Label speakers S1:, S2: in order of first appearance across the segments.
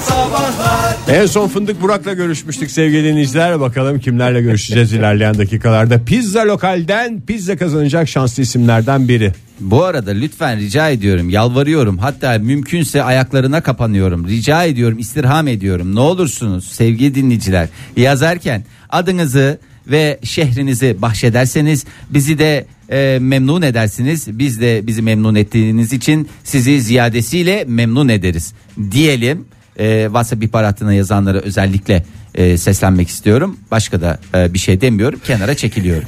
S1: sabahlar
S2: En son Fındık Burak'la görüşmüştük sevgili dinleyiciler. Bakalım kimlerle görüşeceğiz ilerleyen dakikalarda. Pizza Lokal'den pizza kazanacak şanslı isimlerden biri.
S3: Bu arada lütfen rica ediyorum yalvarıyorum hatta mümkünse ayaklarına kapanıyorum rica ediyorum istirham ediyorum ne olursunuz sevgili dinleyiciler yazarken adınızı ve şehrinizi bahşederseniz bizi de e, memnun edersiniz biz de bizi memnun ettiğiniz için sizi ziyadesiyle memnun ederiz diyelim e, WhatsApp ihbaratına yazanlara özellikle e, seslenmek istiyorum başka da e, bir şey demiyorum kenara çekiliyorum.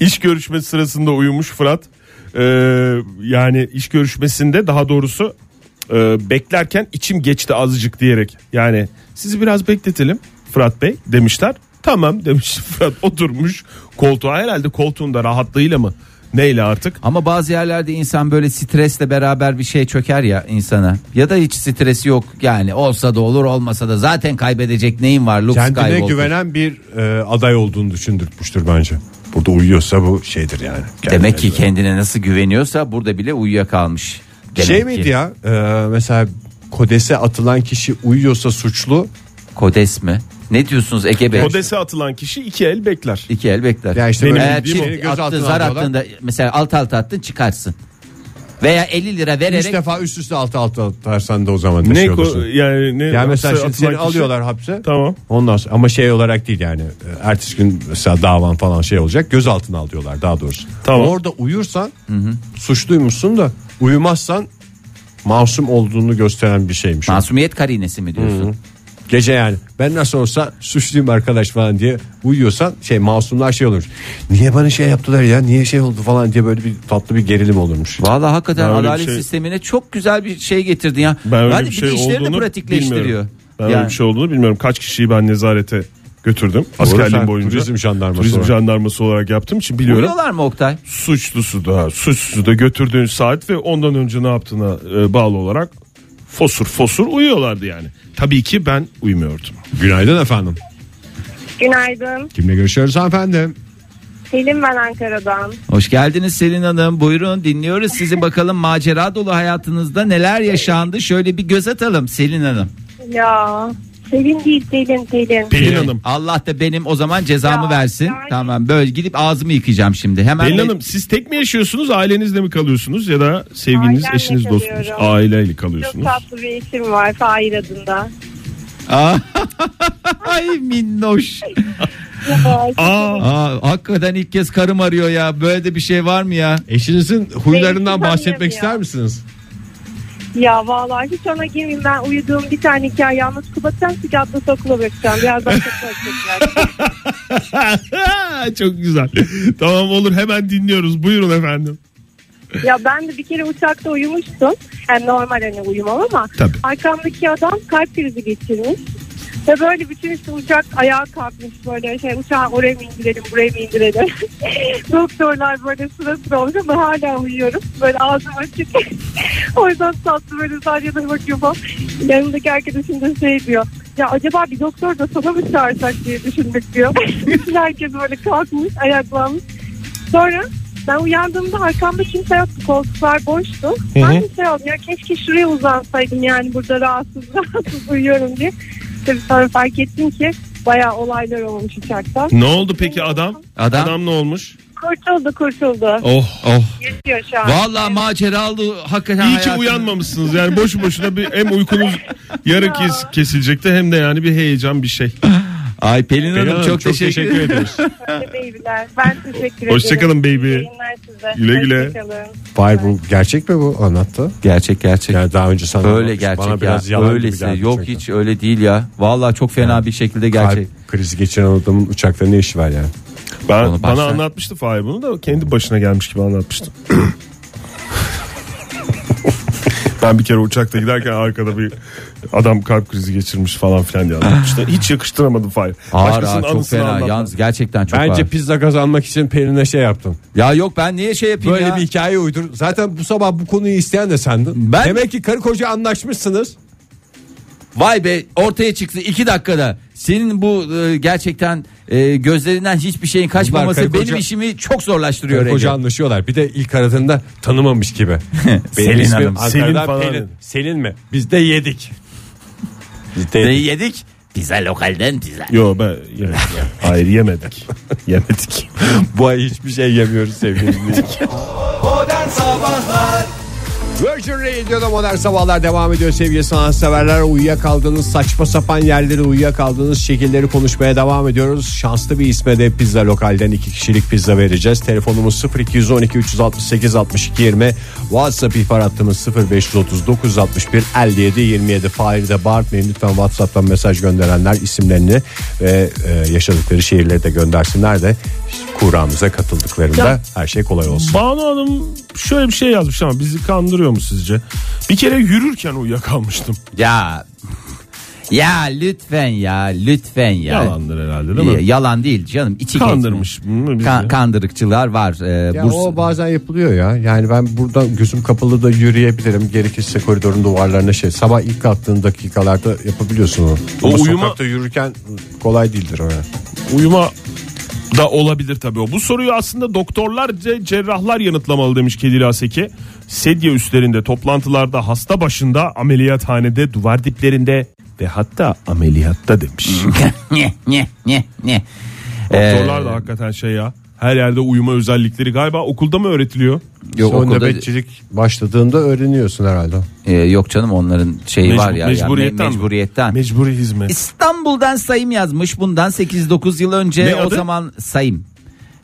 S4: İş görüşmesi sırasında uyumuş Fırat. Ee, yani iş görüşmesinde daha doğrusu e, beklerken içim geçti azıcık diyerek. Yani sizi biraz bekletelim Fırat Bey demişler. Tamam demiş Fırat oturmuş koltuğa herhalde koltuğunda rahatlığıyla mı neyle artık.
S3: Ama bazı yerlerde insan böyle stresle beraber bir şey çöker ya insana. Ya da hiç stresi yok yani olsa da olur olmasa da zaten kaybedecek neyin var lüks
S2: Kendine
S3: kayboldu.
S2: güvenen bir e, aday olduğunu düşündürtmüştür bence. Burada uyuyorsa bu şeydir yani. Kendine
S3: Demek ki
S2: güven.
S3: kendine nasıl güveniyorsa burada bile uyuyakalmış. Demek
S2: Şey
S3: ki.
S2: miydi ya e, mesela kodese atılan kişi uyuyorsa suçlu.
S3: Kodes mi? Ne diyorsunuz Ege Bey?
S4: Kodese atılan kişi iki el bekler.
S3: İki el bekler.
S2: Ya işte
S4: Benim
S2: böyle
S3: Eğer
S2: değil mi?
S3: çift
S2: Göz altına
S3: attı, zar
S2: alıyorlar.
S3: attığında mesela alt alta attın çıkarsın. Veya 50 lira
S2: Üç
S3: vererek
S2: defa üst üste altı altı atarsan da o zaman ne
S4: Ne
S2: şey
S4: ko-
S2: olursun.
S4: yani ne
S2: Yani mesela
S4: hapse
S2: şimdi
S4: atılan
S2: seni
S4: kişi-
S2: alıyorlar hapse.
S4: Tamam.
S2: Ondan sonra ama şey olarak değil yani. e, Ertesi gün mesela davan falan şey olacak. Gözaltına alıyorlar daha doğrusu.
S4: Tamam.
S2: Orada uyursan suçluymuşsun da uyumazsan masum olduğunu gösteren bir şeymiş. o.
S3: masumiyet karinesi mi diyorsun?
S2: Gece yani ben nasıl olsa suçluyum arkadaş falan diye uyuyorsan şey masumlar şey olurmuş. Niye bana şey yaptılar ya niye şey oldu falan diye böyle bir tatlı bir gerilim olurmuş.
S3: Vallahi hakikaten
S4: Ben öyle bir
S3: adalet
S4: şey-
S3: sistemine çok güzel bir şey getirdin ya.
S4: Ben öyle
S3: Hadi
S4: bir
S3: de
S4: şey
S3: işleri de
S4: olduğunu
S3: pratikleştiriyor.
S4: bilmiyorum. Ben öyle bir şey olduğunu bilmiyorum. Kaç kişiyi ben nezarete götürdüm.
S2: sen
S4: Askerliğim boyunca.
S2: turizm jandarması
S4: Turizm
S2: olarak.
S4: jandarması olarak yaptım için biliyorum.
S3: Uyuyorlar mı Oktay?
S4: Suçlusu da suçsuzu da götürdüğün saat ve ondan önce ne yaptığına e, bağlı olarak fosur fosur uyuyorlardı yani. Tabii ki ben uyumuyordum.
S2: Günaydın efendim.
S5: Günaydın.
S2: Kimle görüşüyoruz hanımefendi?
S5: Selim ben Ankara'dan.
S3: Hoş geldiniz Selin Hanım. Buyurun dinliyoruz sizi. Bakalım macera dolu hayatınızda neler yaşandı? Şöyle bir göz atalım Selin Hanım.
S5: Ya Selin değil Selin Selin.
S4: Pelin
S3: Evet.
S4: Hanım.
S3: Allah da benim o zaman cezamı
S5: Ya,
S3: versin.
S5: yani-
S3: Tamam böyle gidip ağzımı yıkayacağım şimdi. Hemen
S4: Pelin
S3: de-
S4: Hanım siz tek mi yaşıyorsunuz ailenizle mi kalıyorsunuz ya da sevgiliniz
S5: Ailemle
S4: eşiniz dostunuz
S5: kalıyorum.
S4: aileyle
S5: Çok
S4: kalıyorsunuz.
S5: tatlı bir eşim var Fahir adında.
S3: Aa, Ay minnoş.
S5: Ay,
S4: Aa,
S3: Aa, hakikaten ilk kez karım arıyor ya. Böyle de bir şey var mı ya?
S2: Eşinizin huylarından
S5: Benim
S2: bahsetmek
S5: sanmıyorum
S2: ister
S5: ya.
S2: misiniz?
S5: ya vallahi hiç ona girmeyeyim ben uyuduğum bir tane hikaye yalnız kapatacağım çünkü atlasa okula bırakacağım. Birazdan çok korkacaklar.
S4: çok güzel. tamam olur hemen dinliyoruz. Buyurun efendim.
S5: ya ben de bir kere uçakta uyumuştum. Yani normal hani uyumam ama
S4: Tabii.
S5: arkamdaki adam kalp krizi geçirmiş. Ve böyle bütün işte uçak ayağa kalkmış böyle şey uçağı oraya mı indirelim buraya mı indirelim. Doktorlar böyle sıra sıra olmuş ama hala uyuyorum. Böyle ağzım açık. o yüzden tatlı böyle sadece de bakıyorum. Yanımdaki arkadaşım da şey diyor. Ya acaba bir doktor da sana mı çağırsak diye düşündük diyor. Bütün herkes böyle kalkmış ayaklanmış. Sonra ben uyandığımda arkamda kimse yoktu. Koltuklar boştu. Ben de şey oldum ya keşke şuraya uzansaydım yani burada rahatsız rahatsız uyuyorum diye. Tabii sonra fark ettim ki bayağı olaylar olmuş uçakta.
S4: Ne oldu peki adam?
S3: Adam,
S4: Adam ne olmuş?
S5: Kurtuldu kurtuldu.
S4: Oh oh.
S5: Yaşıyor şu an.
S3: vallahi maceralı hakikaten
S4: İyi ki
S3: hayatınız-
S4: uyanmamışsınız yani boşu boşuna bir hem uykunuz yarı kes, kesilecekti hem de yani bir heyecan bir şey.
S3: Ay Pelin,
S2: Pelin
S3: Hanım, çok, teşekkür, ederim.
S2: ederiz.
S5: Hadi beybiler. Ben teşekkür ederim.
S4: Hoşçakalın baby.
S5: İyi yayınlar size.
S4: Güle güle.
S5: Hoşçakalın.
S2: Vay bu gerçek mi bu anlattı?
S3: Gerçek gerçek.
S2: Yani daha önce sana
S3: Öyle gerçek
S2: bana biraz
S3: ya.
S2: yalan gibi
S3: Öylesi.
S2: geldi
S3: Yok
S2: çünkü.
S3: hiç öyle değil ya. Vallahi çok fena bir şekilde gerçek.
S2: Kalp krizi geçiren adamın uçakta ne işi var yani?
S3: Onu
S4: Ben,
S3: baştan-
S4: bana anlatmıştı Fahir bunu da kendi başına gelmiş gibi anlatmıştı. ben bir kere uçakta giderken arkada bir adam kalp krizi geçirmiş falan filan diye anlatmıştı. Hiç yakıştıramadım Fahir.
S3: Ağır ağır
S4: Başkasının
S3: çok
S4: anısını
S3: fena.
S4: anlatma.
S3: Yalnız gerçekten çok
S2: Bence
S3: ağır.
S2: pizza kazanmak için Pelin'e şey yaptın.
S3: Ya yok ben niye şey yapayım
S2: Böyle
S3: ya?
S2: bir hikaye uydur. Zaten bu sabah bu konuyu isteyen de sendin.
S3: Ben-
S2: Demek ki karı koca anlaşmışsınız.
S3: Vay be ortaya çıktı iki dakikada. Senin bu e, gerçekten e, gözlerinden hiçbir şeyin kaçmaması
S2: karı koca-
S3: benim işimi çok zorlaştırıyor.
S2: Karı koca
S3: Ege.
S2: anlaşıyorlar. Bir de ilk aradığında tanımamış gibi. Benim
S3: Selin
S2: ismim
S3: Hanım,
S2: Ankara'dan
S4: Selin falan
S2: Pelin.
S4: dedi.
S2: Selin mi? Biz de yedik. Değil.
S3: Ne yedik? Pizza lokalden pizza.
S4: Yo ben yemedim. Hayır yemedik. yemedik.
S2: Bu ay hiçbir şey yemiyoruz sevgili dinleyiciler. Virgin Radio'da modern sabahlar devam ediyor sevgili sanatseverler. Uyuyakaldığınız saçma sapan yerleri uyuyakaldığınız şekilleri konuşmaya devam ediyoruz. Şanslı bir isme de pizza lokalden iki kişilik pizza vereceğiz. Telefonumuz 0212 368 62 20 WhatsApp ihbar hattımız 0530 961 57 27 Fahir de bağırtmayın lütfen WhatsApp'tan mesaj gönderenler isimlerini ve e, yaşadıkları şehirleri de göndersinler de kuramıza katıldıklarında her şey kolay olsun.
S4: Banu Hanım şöyle bir şey yazmış ama bizi kandırıyor mu sizce? Bir kere yürürken uyuyakalmıştım.
S3: Ya ya lütfen ya lütfen ya.
S4: Yalandır herhalde değil mi?
S3: Yalan değil canım içi
S4: Kandırmış
S3: geçme.
S4: mı bizi?
S3: Ka- kandırıkçılar var. Ee,
S2: Ya
S3: Bursa-
S2: o bazen yapılıyor ya. Yani ben burada gözüm kapalı da yürüyebilirim. Gerekirse koridorun duvarlarına şey. Sabah ilk kalktığın dakikalarda yapabiliyorsun onu.
S4: O
S2: Ama
S4: uyuma-
S2: sokakta yürürken kolay değildir o ya.
S4: Uyuma da olabilir tabii o. Bu soruyu aslında doktorlar, ce- cerrahlar yanıtlamalı demiş Kedil Aseki. Sedye üstlerinde, toplantılarda, hasta başında, ameliyathanede, duvar diplerinde ve hatta ameliyatta demiş.
S3: ne ne ne ne.
S4: Doktorlar da hakikaten şey ya. Her yerde uyuma özellikleri galiba okulda mı öğretiliyor?
S3: Yok,
S2: Son
S3: okulda-
S2: nöbetçilik başladığında öğreniyorsun herhalde.
S3: Ee, yok canım onların şeyi
S4: Mecbur-
S3: var ya.
S4: mecburiyetten
S3: ya,
S4: mi?
S3: me- mecburiyetten.
S4: Mecburi hizmet.
S3: İstanbul'dan Sayım yazmış bundan 8-9 yıl önce
S4: Ne
S3: o
S4: adı?
S3: zaman Sayım.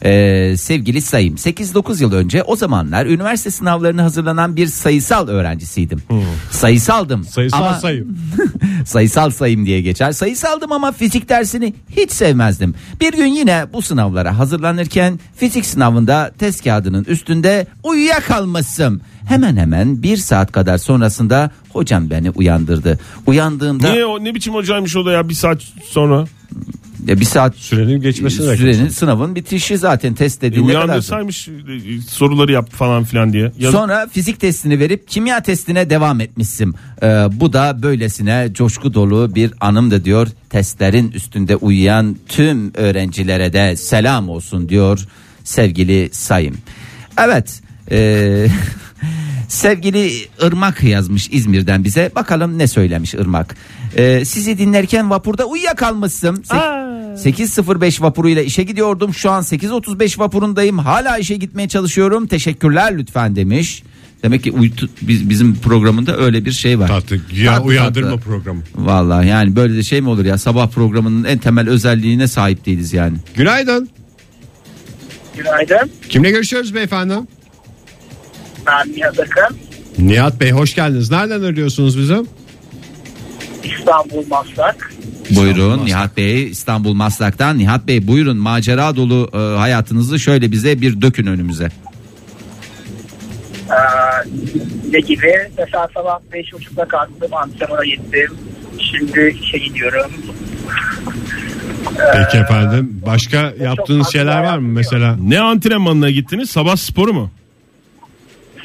S3: Ee, sevgili Sayım 8-9 yıl önce o zamanlar üniversite sınavlarına hazırlanan bir sayısal öğrencisiydim. Sayısaldım.
S4: Hmm. Sayısal
S3: ama,
S4: sayım.
S3: sayısal sayım diye geçer. Sayısaldım ama fizik dersini hiç sevmezdim. Bir gün yine bu sınavlara hazırlanırken fizik sınavında test kağıdının üstünde uyuyakalmışım. Hemen hemen bir saat kadar sonrasında hocam beni uyandırdı. Uyandığımda
S4: Niye o ne biçim hocaymış o da ya bir saat sonra? Ee,
S3: Ya bir saat
S2: Sürenin geçmesine
S3: sürenin sınavın bitişi zaten test
S4: E,
S3: dediğinde kadar.
S4: uyandırsaymış e, soruları yap falan filan diye. Yaz-
S3: Sonra fizik testini verip kimya testine devam etmişsin. Ee, bu da böylesine coşku dolu bir anım da diyor. Testlerin üstünde uyuyan tüm öğrencilere de selam olsun diyor sevgili Sayım. Evet. e, sevgili Irmak yazmış İzmir'den bize. Bakalım ne söylemiş Irmak. Ee, sizi dinlerken vapurda uyuyakalmışsın. Sek- 8.05 vapuruyla işe gidiyordum. Şu an 8.35 vapurundayım. Hala işe gitmeye çalışıyorum. Teşekkürler lütfen demiş. Demek ki uyutu, biz, bizim programında öyle bir şey var. Tatlı tatlı.
S2: programı.
S3: Vallahi yani böyle de şey mi olur ya sabah programının en temel özelliğine sahip değiliz yani.
S2: Günaydın.
S1: Günaydın.
S2: Kimle görüşüyoruz beyefendi?
S1: Ben Nihat Akın.
S2: Nihat Bey hoş geldiniz. Nereden arıyorsunuz bizi?
S1: İstanbul Maslak.
S3: buyurun Nihat Bey İstanbul Maslak'tan Nihat Bey buyurun macera dolu e, hayatınızı şöyle bize bir dökün önümüze.
S1: Ee, ne gibi? Mesela sabah 5.30'da kalktım. Antrenmana gittim. Şimdi işe gidiyorum.
S2: Peki efendim. Başka
S1: yaptığınız farklı şeyler var mı
S2: mesela?
S4: Ne antrenmanına gittiniz? Sabah sporu mu?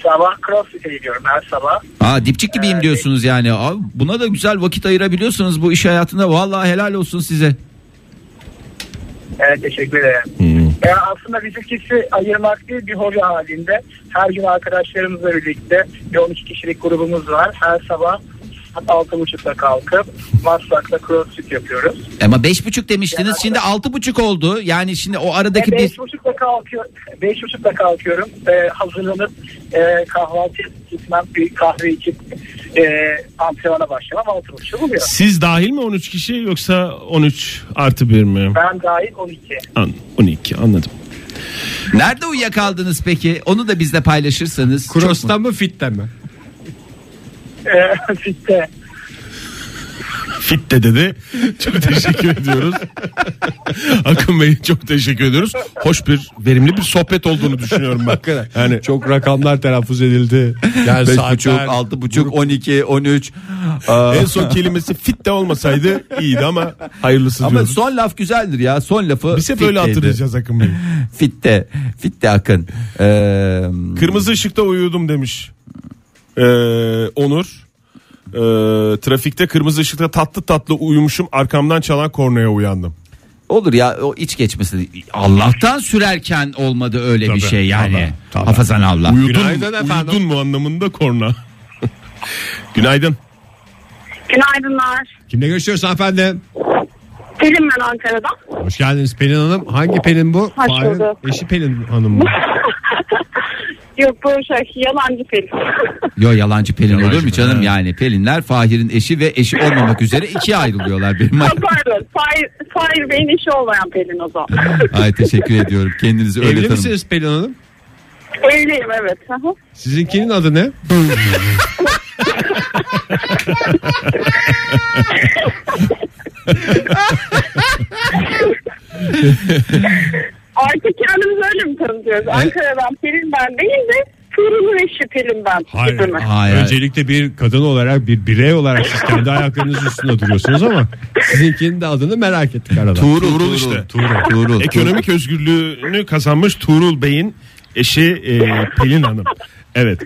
S1: Sabah crossfit'e gidiyorum her sabah.
S3: Aa dipçik gibiyim diyorsunuz yani. Abi, buna da güzel vakit ayırabiliyorsunuz bu iş hayatında. Vallahi helal olsun size.
S1: Evet teşekkür ederim. Yani aslında bizimkisi ayırmak değil bir hobi halinde. Her gün arkadaşlarımızla birlikte bir 12 kişilik grubumuz var. Her sabah saat 6.30'da kalkıp Maslak'ta crossfit yapıyoruz.
S3: Ama beş buçuk demiştiniz. Şimdi altı buçuk oldu. Yani şimdi o aradaki bir...
S1: E, beş buçukta kalkıyor, beş buçukta kalkıyorum. E, hazırlanıp e, kahvaltı gitmem, bir kahve içip e, antrenmana başlamam. Altı buçuk oluyor.
S4: Siz dahil mi 13 kişi yoksa 13 artı 1 mi?
S1: Ben dahil 12.
S4: An- 12 anladım.
S3: Nerede uyuyakaldınız peki? Onu da bizle paylaşırsanız. çok mutlu-
S2: Cross'ta mı fit'te mi?
S1: E, fitte.
S4: Fit de dedi. Çok teşekkür ediyoruz. Akın Bey çok teşekkür ediyoruz. Hoş bir verimli bir sohbet olduğunu düşünüyorum ben.
S2: Yani çok rakamlar telaffuz edildi. Yani
S3: Beş
S2: saatler-
S3: buçuk, altı buçuk, on iki, on üç. Aa,
S4: En son kelimesi fit de olmasaydı iyiydi ama hayırlısı
S3: Ama
S4: diyoruz.
S3: son laf güzeldir ya. Son lafı
S4: Biz hep öyle
S3: fitteydi.
S4: hatırlayacağız Akın Bey.
S3: Fitte. Fitte akın. Ee,
S4: Kırmızı ışıkta uyudum demiş. Ee, Onur. Ee, trafikte kırmızı ışıkta tatlı tatlı uyumuşum arkamdan çalan kornaya uyandım.
S3: Olur ya o iç geçmesi. Allah'tan sürerken olmadı öyle bir
S4: Tabii,
S3: şey yani.
S4: Allah, tabii.
S3: Hafazan Allah.
S4: Uyudun,
S2: Günaydın efendim.
S4: uyudun mu anlamında korna. Günaydın.
S5: Günaydınlar.
S2: Kimle görüşüyoruz hanımefendi?
S5: Pelin ben Ankara'dan.
S2: Hoş geldiniz Pelin Hanım. Hangi Pelin bu?
S5: Hoş
S2: Fahir'in
S5: bulduk.
S2: Eşi Pelin Hanım mı?
S5: Yok bu şey yalancı Pelin.
S3: Yo yalancı Pelin
S2: Yalancı
S3: olur mu
S2: mı?
S3: canım
S2: He.
S3: yani Pelinler Fahir'in eşi ve eşi olmamak üzere ikiye ayrılıyorlar benim
S5: Ha, pardon. Fahir, Fahir Bey'in işi olmayan Pelin o zaman.
S3: Ay teşekkür ediyorum kendinizi öyle
S2: Evli
S3: tanım.
S2: misiniz Pelin Hanım?
S5: Evliyim evet. Aha.
S2: Sizinkinin adı ne?
S5: Artık kendimizi öyle mi
S4: E-
S5: tanıtıyoruz? Ankara'dan Pelin ben değil de Tuğrul'un eşi Pelin ben.
S2: Hayır.
S5: gibi mi?
S3: Hayır.
S2: Öncelikle bir kadın olarak bir birey olarak siz kendi ayaklarınız üstünde duruyorsunuz ama sizinkinin de adını merak ettik arada.
S3: Tuğrul,
S4: Tuğrul
S3: Tuğrul
S4: işte.
S3: Tuğrul. Tuğrul.
S4: Ekonomik özgürlüğünü kazanmış Tuğrul Bey'in eşi e, Pelin Hanım. Evet. Evet.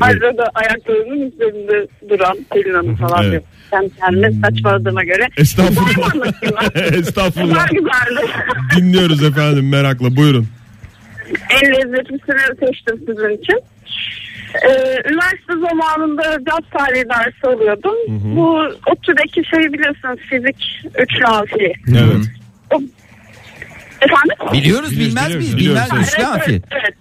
S5: Ayrıca da ayaklarının üzerinde duran Pelin Hanım falan
S4: Evet. Hmm.
S5: diyor. Ben kendime saçmaladığıma göre.
S4: Estağfurullah.
S5: Bunlar
S4: Estağfurullah.
S5: güzeldi.
S4: Dinliyoruz efendim merakla buyurun.
S5: en lezzetlisini seçtim sizin için. Ee, üniversite zamanında gaz tarihi dersi alıyordum. Bu ODTÜ'deki şey biliyorsunuz fizik 3 afiye.
S4: Evet.
S3: Biliyoruz
S5: Efendim?
S4: Biliyoruz,
S3: bilmez miyiz?
S4: biliyoruz,
S3: Bilmez
S4: biliyoruz.
S3: miyiz? Ne afi?
S5: evet, evet.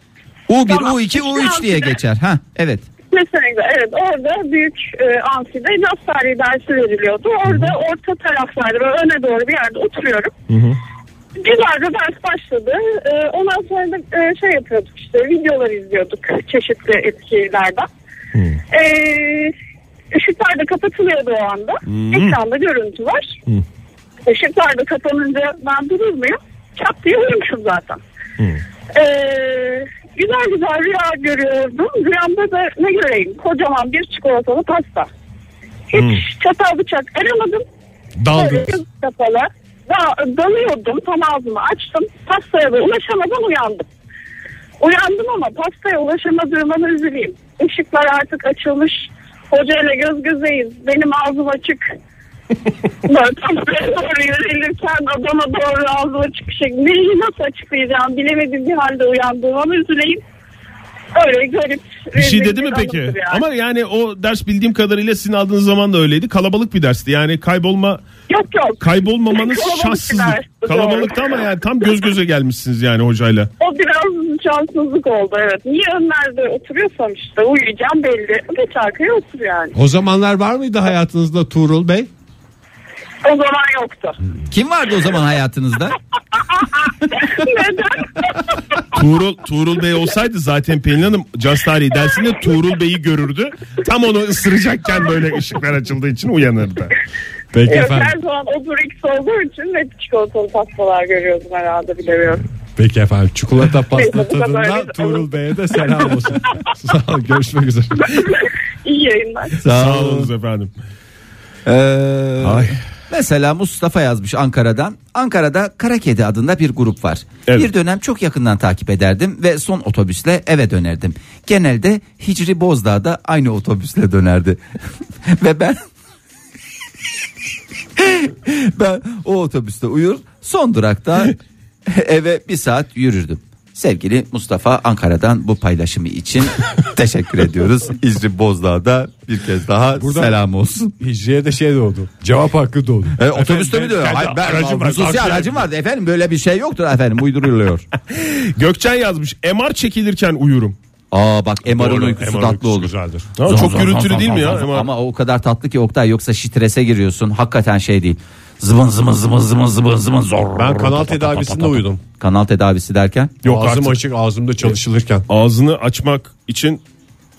S3: U1,
S5: Tamam.
S3: U2, U3 diye
S5: Üçlü
S3: geçer. Ha evet.
S5: Kesinlikle evet orada büyük e, amfide gaz tarihi dersi veriliyordu. Orada orta taraflarda böyle öne doğru bir yerde oturuyorum. Güzelce ders başladı. E, ondan sonra da e, şey yapıyorduk işte videolar izliyorduk çeşitli etkilerden. E, ışıklar da kapatılıyordu o anda. Ekranda görüntü var. Işıklar da kapanınca ben durur muyum? Çat diye uyumuşum zaten. Ee, güzel güzel rüya görüyordum. Rüyamda da ne göreyim? Kocaman bir çikolatalı pasta. Hiç çatal bıçak aramadım. Böyle
S4: Daldınız.
S5: göz kapalı. Da, dalıyordum. Tam ağzımı açtım. Pastaya da ulaşamadan uyandım. Uyandım ama pastaya ulaşamadığıma da üzüleyim. Işıklar artık açılmış. Hocayla göz gözeyiz. Benim ağzım açık. Böyle tam buraya doğru yönelirken adama doğru ağzım açık bir şekilde. Neyi nasıl açıklayacağım bilemediğim bir halde uyandım ama üzüleyim. Öyle garip.
S4: Bir şey
S5: rezil
S4: dedi mi
S5: bir
S4: peki?
S5: anımdır yani.
S4: Ama yani o ders bildiğim kadarıyla sizin aldığınız zaman da öyleydi. Kalabalık bir dersti. Yani kaybolma
S5: Yok yok.
S4: kaybolmamanız
S5: Kalabalık bir
S4: şanssızlık.
S5: dersti,
S4: Kalabalıktı
S5: doğru.
S4: ama yani tam göz göze gelmişsiniz yani hocayla.
S5: O biraz şanssızlık oldu evet. Niye önlerde oturuyorsam işte uyuyacağım belli. Geç arkaya otur yani.
S2: O zamanlar var mıydı hayatınızda Tuğrul Bey?
S5: O zaman yoktu.
S3: Kim vardı o zaman hayatınızda?
S5: Neden?
S4: Tuğrul, Tuğrul Bey olsaydı zaten Pelin Hanım caz tarihi dersinde Tuğrul Bey'i görürdü. Tam onu ısıracakken böyle ışıklar açıldığı için uyanırdı.
S2: Peki
S5: Yok,
S2: efendim.
S5: her zaman o X olduğu için hep çikolatalı pastalar görüyordum herhalde bilemiyorum.
S2: Peki efendim. Çikolata pasta
S5: Neyse, bu kadar
S2: tadından
S5: biz-
S2: Tuğrul Bey'e de selam olsun. Sağ ol. Görüşmek üzere.
S5: İyi yayınlar.
S4: Sağ olunuz efendim.
S3: Ee,
S4: Ay.
S3: Mesela Mustafa yazmış Ankara'dan. Ankara'da Kara Kedi adında bir grup var.
S4: Evet.
S3: Bir dönem çok yakından takip ederdim ve son otobüsle eve dönerdim. Genelde Hicri Bozdağ'da aynı otobüsle dönerdi. ve ben ben o otobüste uyur son durakta eve bir saat yürürdüm. Sevgili Mustafa Ankara'dan bu paylaşımı için teşekkür ediyoruz. Hicri Bozdağ'da bir kez daha
S2: Buradan-
S3: selam olsun.
S2: Hicriye de şey doğdu. Cevap hakkı doğdu.
S3: E, otobüste mi
S4: ben-
S3: diyor?
S4: ben-
S3: Hayır, ben,
S4: aracım var,
S3: hususi
S4: tavsiye
S3: aracım vardı efendim böyle bir şey yoktur efendim uyduruluyor.
S4: Gökçen yazmış. MR çekilirken uyurum.
S3: Aa bak MR'ın uykusu
S4: MR
S3: tatlı
S4: uykusu
S3: olur.
S4: Güzeldir.
S3: Zon,
S4: Ama çok
S3: zon,
S4: gürültülü
S3: zon,
S4: değil
S3: zon,
S4: mi ya?
S3: zon, zon.
S4: MR?
S3: Ama o kadar tatlı ki Oktay yoksa strese giriyorsun hakikaten şey değil. Zıbın zıbın zıbın zıbın zıbın zıbın zor.
S2: Ben kanal tedavisinde uyudum.
S3: Kanal tedavisi derken
S4: Yok
S2: Ağzım
S4: artık.
S2: açık ağzımda çalışılırken.
S4: Ağzını açmak için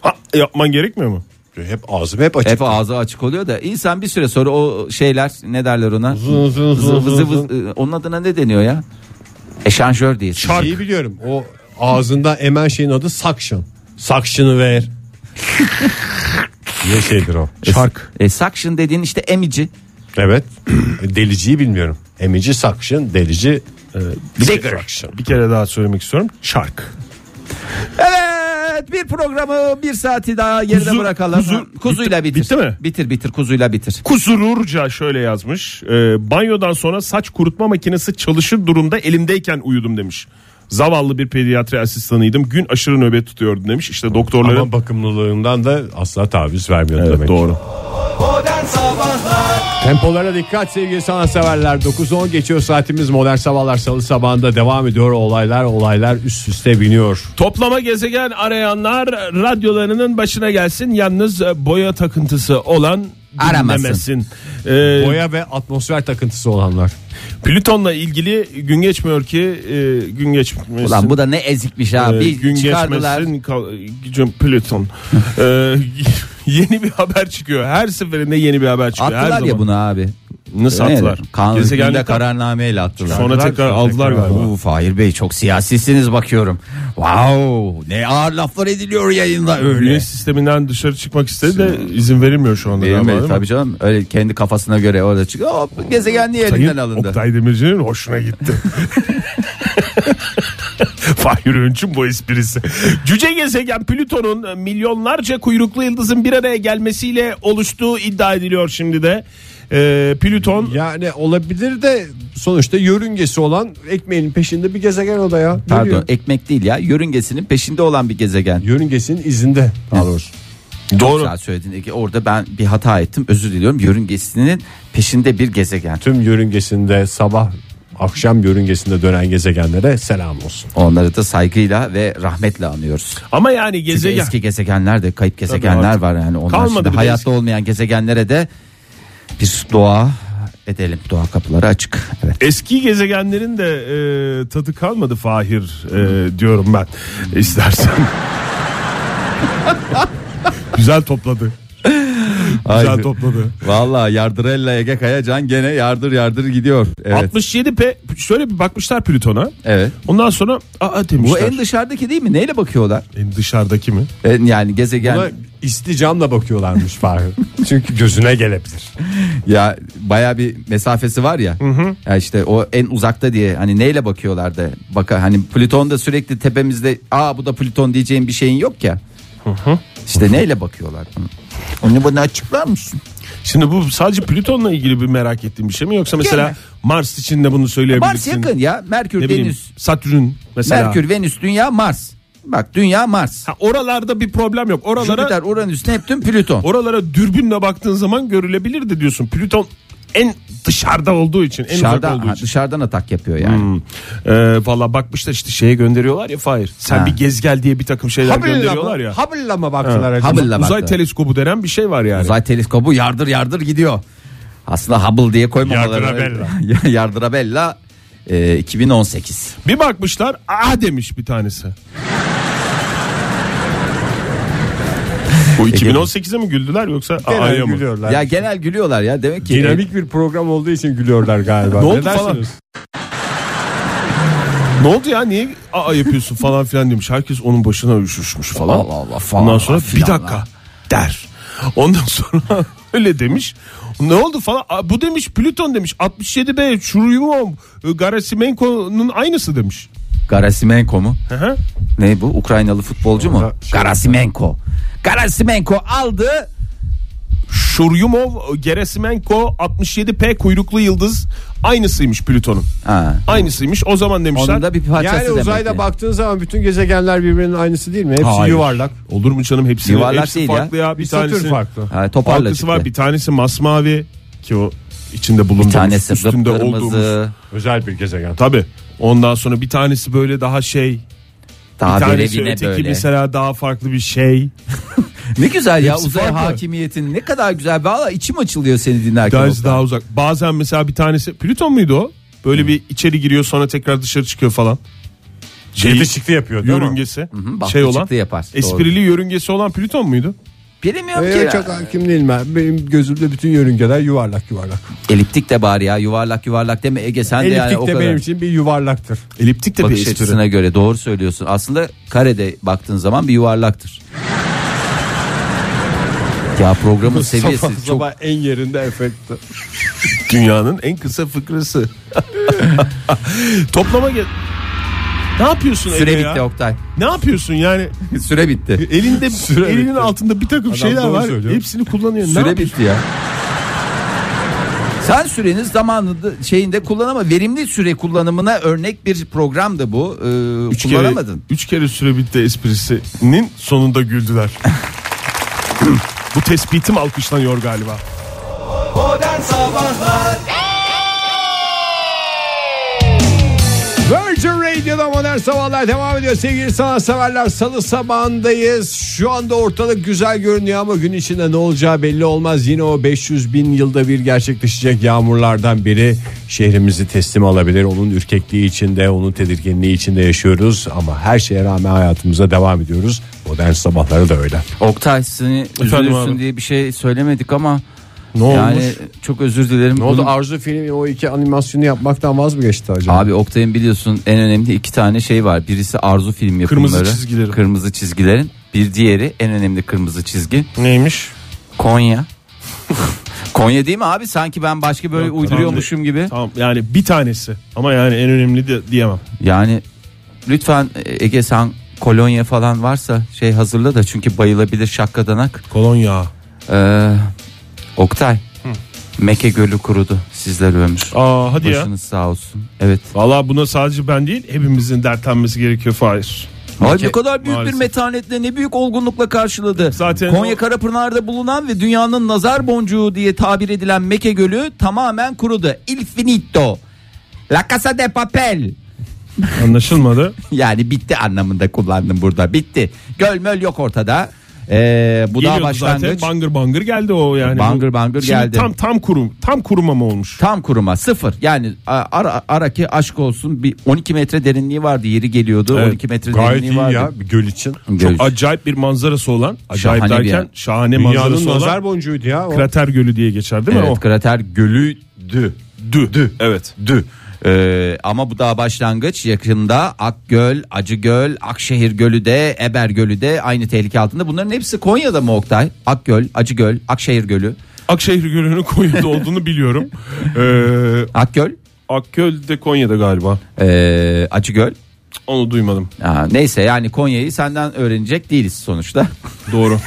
S4: ha, yapman gerekmiyor mu?
S2: Hep ağzım hep açık.
S3: hep ağzı açık oluyor da insan bir süre sonra o şeyler ne derler ona?
S2: Zın, zın, zın,
S3: Zıvı,
S2: zın,
S3: zıvı,
S2: zın.
S3: zı- Onun adına ne deniyor ya? Eşanjör diye.
S2: İyi biliyorum. O ağzında emen şeyin adı suction. Suction'ı ver. ne şeydir o? Çark.
S3: E, suction dediğin işte emici.
S2: Evet. Deliciyi bilmiyorum. Emici suction, delici e,
S4: Suction. Bir kere daha söylemek istiyorum. Şark.
S3: Evet bir programı bir saati daha geride
S4: Kuzu-
S3: bırakalım.
S4: kuzu-
S3: kuzuyla
S4: bitti-
S3: bitir.
S4: bitti mi?
S3: Bitir bitir kuzuyla bitir.
S4: Kusururca şöyle yazmış. Ee, banyodan sonra saç kurutma makinesi çalışır durumda elimdeyken uyudum demiş. Zavallı bir pediatri asistanıydım. Gün aşırı nöbet tutuyordum demiş. İşte doktorların
S2: Ama bakımlılığından da asla taviz vermiyor
S4: Evet,
S2: demek.
S4: doğru.
S6: Modern Sabahlar
S2: Tempolara dikkat sevgili sanatseverler. 9-10 geçiyor saatimiz modern sabahlar salı sabahında devam ediyor. Olaylar olaylar üst üste biniyor.
S4: Toplama gezegen arayanlar radyolarının başına gelsin. Yalnız e, boya takıntısı olan
S3: Aramasın.
S4: dinlemesin. Ee,
S2: Boya ve atmosfer takıntısı olanlar.
S4: Plüton'la ilgili gün geçmiyor ki e, gün geçmesin.
S3: Ulan bu da ne ezikmiş
S4: Ee,
S3: abi.
S4: gün
S3: Çıkardılar.
S4: geçmesin kal- gücüm Plüton. Ee, yeni bir haber çıkıyor. Her seferinde yeni bir haber çıkıyor. Her
S3: Attılar
S4: zaman.
S3: ya bunu abi.
S4: Nasıl
S3: Ne?
S4: attılar?
S3: Kanun
S4: Gezegenlikten-
S3: hükmünde kararnameyle attılar.
S4: Sonra tekrar aldılar galiba.
S3: Bu Fahir Bey çok siyasisiniz bakıyorum. Wow ne ağır laflar ediliyor yayında öyle.
S4: Güneş sisteminden dışarı çıkmak istedi de izin verilmiyor şu anda.
S3: Değil
S4: galiba,
S3: mi?
S4: değil mi?
S3: Tabii canım öyle kendi kafasına göre orada çıkıyor. Hop gezegen niye elinden
S4: Sayın
S3: alındı?
S4: Oktay Demirci'nin hoşuna gitti. Fahir Önç'ün bu esprisi. Cüce gezegen Plüton'un milyonlarca kuyruklu yıldızın bir araya gelmesiyle oluştuğu iddia ediliyor şimdi de. Ee, Plüton
S2: Yani olabilir de sonuçta yörüngesi olan ekmeğin peşinde bir gezegen o da ya.
S3: Pardon
S2: Yürüyor.
S3: ekmek değil ya yörüngesinin peşinde olan bir gezegen.
S2: Yörüngesinin izinde daha doğrusu.
S3: Doğru. Sen söyledin ki orada ben bir hata ettim özür diliyorum yörüngesinin peşinde bir gezegen.
S2: Tüm yörüngesinde sabah akşam yörüngesinde dönen gezegenlere selam olsun.
S3: Onları da saygıyla ve rahmetle anıyoruz.
S4: ama yani
S3: Çünkü
S4: gezegen
S3: eski gezegenler de kayıp gezegenler
S4: artık
S3: var yani onlar
S4: kalmadı
S3: şimdi
S4: bir de
S3: hayatta
S4: eski-
S3: olmayan gezegenlere de bir dua edelim. Dua kapıları açık. Evet.
S4: Eski gezegenlerin de e, tadı kalmadı Fahir e, diyorum ben istersen. Güzel topladı. Güzel
S3: Ay,
S4: topladı.
S3: Vallahi Yardırella Ege Kayacan gene yardır yardır gidiyor. Evet.
S4: 67 P şöyle bir bakmışlar Plüton'a.
S3: Evet.
S4: Ondan sonra aa
S3: Bu
S4: demişler.
S3: en dışarıdaki değil mi? Neyle bakıyorlar?
S4: En dışarıdaki mi?
S3: En- Yani gezegen
S2: Buna isticamla bakıyorlarmış Fahir. Çünkü gözüne gelebilir.
S3: ya baya bir mesafesi var ya. ya. işte o en uzakta diye hani neyle bakıyorlar da baka hani Plüton da sürekli tepemizde aa bu da Plüton diyeceğin bir şeyin yok ya. İşte neyle bakıyorlar? bunu? Onu bana açıklar mısın?
S4: Şimdi bu sadece Plüton'la ilgili bir merak ettiğim bir şey mi yoksa mesela
S3: Yani.
S4: Mars için de bunu
S3: Mars
S4: söyleyebilirsin.
S3: yakın ya. Merkür,
S4: Ne bileyim
S3: Venüs.
S4: Satürn mesela.
S3: Merkür, Venüs, Dünya, Mars. Bak Dünya, Mars.
S4: Ha, oralarda bir problem yok. Oralara
S3: Jüpiter, Uranüs, Neptün, Plüton.
S4: oralara dürbünle baktığın zaman görülebilirdi diyorsun. Plüton en dışarıda olduğu için, en
S3: Dışarıdan,
S4: uzak olduğu
S3: ha,
S4: için.
S3: dışarıdan atak yapıyor yani.
S4: Ee, Valla bakmışlar işte şeye gönderiyorlar ya Fahir. Sen
S3: Ha.
S4: bir gez gel diye bir takım şeyler gönderiyorlar ya.
S2: Hubble'la mı baktılar acaba?
S3: Hubble'la
S4: Uzay
S3: baktı.
S4: teleskobu denen bir şey var yani.
S3: Uzay teleskobu yardır yardır gidiyor. Aslında Hubble diye koymamaları. Yardırabella. Yardırabella e, 2018.
S4: Bir bakmışlar ah demiş bir tanesi. Bu 2018'e mi güldüler yoksa
S2: Genel
S4: A'ya mı?
S2: gülüyorlar.
S3: Ya genel gülüyorlar ya demek ki.
S2: Dinamik bir program olduğu için gülüyorlar galiba.
S4: Ne oldu
S2: dersiniz?
S4: falan? Ne oldu ya niye aa yapıyorsun falan filan demiş. Herkes onun başına üşüşmüş falan.
S3: Allah Allah falan
S4: Ondan sonra bir
S3: filan
S4: dakika
S3: lan.
S4: der. Ondan sonra öyle demiş. Ne oldu falan? Aa, bu demiş Plüton demiş. 67B Churyumov e, Gerasimenko'nun aynısı demiş.
S3: e, Garasimenko mu?
S4: Hı hı.
S3: Ne bu? Ukraynalı futbolcu mu? Garasimenko. Garasimenko aldı.
S4: Churyumov Gerasimenko 67P kuyruklu yıldız aynısıymış Plüton'un.
S3: Ha.
S4: Aynısıymış. O zaman demişler.
S3: Onun da bir parçası
S2: Yani
S3: demek
S2: uzayda
S3: ki.
S2: baktığın zaman bütün gezegenler birbirinin aynısı değil mi? Hepsi
S4: Hayır.
S2: yuvarlak.
S4: Olur mu canım hepsi
S3: Yuvarlak
S4: hepsi
S3: değil ya.
S4: farklı ya. Bir,
S2: Bir
S4: tanesi
S2: satür farklı.
S3: Ha, toparla
S4: Farklısı
S3: çıktı.
S4: var bir tanesi masmavi ki o içinde
S3: Bir
S4: bulunduğumuz
S3: tanesi
S4: üstünde olduğumuz.
S3: kırmızı.
S2: Özel bir gezegen.
S4: Tabi ondan sonra bir tanesi böyle daha şey bir şey,
S3: Daha
S4: tanesi
S3: verevine
S4: öteki
S3: böyle.
S4: mesela daha farklı bir şey.
S3: Ne güzel ya
S4: Hepsi
S3: uzay
S4: farklı.
S3: hakimiyetin ne kadar güzel. Valla içim açılıyor seni
S4: Bir
S3: dinlerken.
S4: tanesi
S3: Oktay.
S4: daha uzak. Bazen mesela bir tanesi Plüton muydu o?
S3: Hmm.
S4: Böyle bir içeri giriyor sonra tekrar dışarı çıkıyor falan. Şey,
S2: Yedi çıktı yapıyor değil mi?
S4: yörüngesi
S3: hı, baktı
S4: şey olan
S3: çıktı yapar. Doğru.
S4: esprili yörüngesi olan Plüton muydu?
S3: Bilmiyorum ki
S2: Ee,
S3: ya.
S2: çok hakim değilim ben. Benim gözümde bütün yörüngeler yuvarlak yuvarlak.
S3: Eliptik de bari ya yuvarlak yuvarlak deme Ege sen de yani
S2: Eliptik
S3: o
S2: de
S3: kadar.
S2: benim için bir yuvarlaktır.
S4: Eliptik de
S3: Bakış
S4: bir espri.
S3: açısına göre doğru söylüyorsun. Aslında karede baktığın zaman bir yuvarlaktır. ya programın seviyesi
S2: Sabah
S3: çok
S2: sabah en yerinde efekti.
S4: Dünyanın en kısa fıkrası. Toplama gel. Ne yapıyorsun
S3: süre
S4: Ege
S3: bitti
S4: ya?
S3: Oktay.
S4: Ne yapıyorsun yani?
S3: Süre bitti.
S4: Elinde elinin altında bir takım şeyler
S2: doğru
S4: var.
S2: söylüyor.
S4: Hepsini kullanıyor. Ne
S3: Süre
S4: yapıyorsun?
S3: bitti ya. Sen sürenin zamanını şeyinde kullanama verimli süre kullanımına örnek bir programdı bu. Ee,
S4: Üç kere,
S3: kullanamadın.
S4: üç kere süre bitti esprisinin sonunda güldüler. Bu tespitim alkışlanıyor galiba.
S6: Modern Sabahlar
S2: Virgin Radio'da modern sabahlar devam ediyor sevgili sanatseverler salı sabahındayız şu anda ortalık güzel görünüyor ama gün içinde ne olacağı belli olmaz yine o 500 bin yılda bir gerçekleşecek yağmurlardan biri şehrimizi teslim alabilir onun ürkekliği içinde onun tedirginliği içinde yaşıyoruz ama her şeye rağmen hayatımıza devam ediyoruz modern sabahları da öyle
S3: Oktay seni üzülürsün
S4: abi.
S3: diye bir şey söylemedik ama
S2: ne
S3: yani
S2: olmuş
S3: çok özür dilerim.
S2: ne oldu
S3: Bunun-
S2: Arzu filmi o iki animasyonu yapmaktan vaz mı geçti acaba
S3: Abi Oktay'ın biliyorsun en önemli iki tane şey var. Birisi Arzu film yapımları.
S4: Kırmızı çizgileri.
S3: Kırmızı çizgilerin. Bir diğeri en önemli kırmızı çizgi
S4: Neymiş?
S3: Konya. Konya değil mi abi? Sanki ben başka böyle uyduruyormuşum gibi.
S4: Tamam yani bir tanesi ama yani en önemli de diyemem.
S3: Yani lütfen e, Ege sen kolonya falan varsa şey hazırla da çünkü bayılabilir şakkadanak.
S4: Kolonya.
S3: Ee, Oktay. Meke Gölü kurudu. Sizler ömür.
S4: Aa hadi ya.
S3: Başınız sağ olsun. Evet.
S4: Valla buna sadece ben değil hepimizin dertlenmesi gerekiyor Fahir.
S3: Ay ne kadar büyük
S4: maalesef.
S3: bir metanetle ne büyük olgunlukla karşıladı.
S4: Zaten
S3: Konya
S4: o-
S3: Karapınar'da bulunan ve dünyanın nazar boncuğu diye tabir edilen Meke Gölü tamamen kurudu. Il finito. La casa de papel.
S4: Anlaşılmadı.
S3: Yani bitti anlamında kullandım burada. Bitti. Göl möl yok ortada. Ee, bu daha
S4: Geliyordu
S3: başlangıç.
S4: zaten bangır bangır geldi o yani.
S3: Bangır
S4: Bu-
S3: bangır
S4: Şimdi
S3: geldi.
S4: Tam tam kurum tam kuruma mı olmuş?
S3: Tam kuruma sıfır yani a- ara, ara ki aşk olsun bir 12 metre derinliği vardı yeri geliyordu
S4: Evet,
S3: 12 metre
S2: gayet
S3: derinliği
S2: iyi
S3: vardı.
S2: ya bir göl için
S3: Göl.
S4: Çok acayip bir manzarası olan. Acayip
S3: Şahane bir
S4: derken
S3: yer.
S4: şahane
S2: dünyanın
S4: manzarası
S2: nazar
S4: olan.
S2: boncuydu ya o.
S4: Krater Gölü diye geçer değil mi
S3: evet,
S4: o?
S3: krater gölüydü.
S4: Dü. Evet.
S3: Dü. Ee, ama bu daha başlangıç yakında Akgöl, Acıgöl, Akşehir Gölü de Eber Gölü de aynı tehlike altında. Bunların hepsi Konya'da mı Oktay? Akgöl, Acıgöl, Akşehir Gölü.
S4: Akşehir Gölü'nün Konya'da olduğunu biliyorum. Ee,
S3: Akgöl,
S4: Akköl de Konya'da galiba.
S3: ee, Acıgöl.
S4: Onu duymadım.
S3: Aa, neyse yani Konya'yı senden öğrenecek değiliz sonuçta.
S4: Doğru.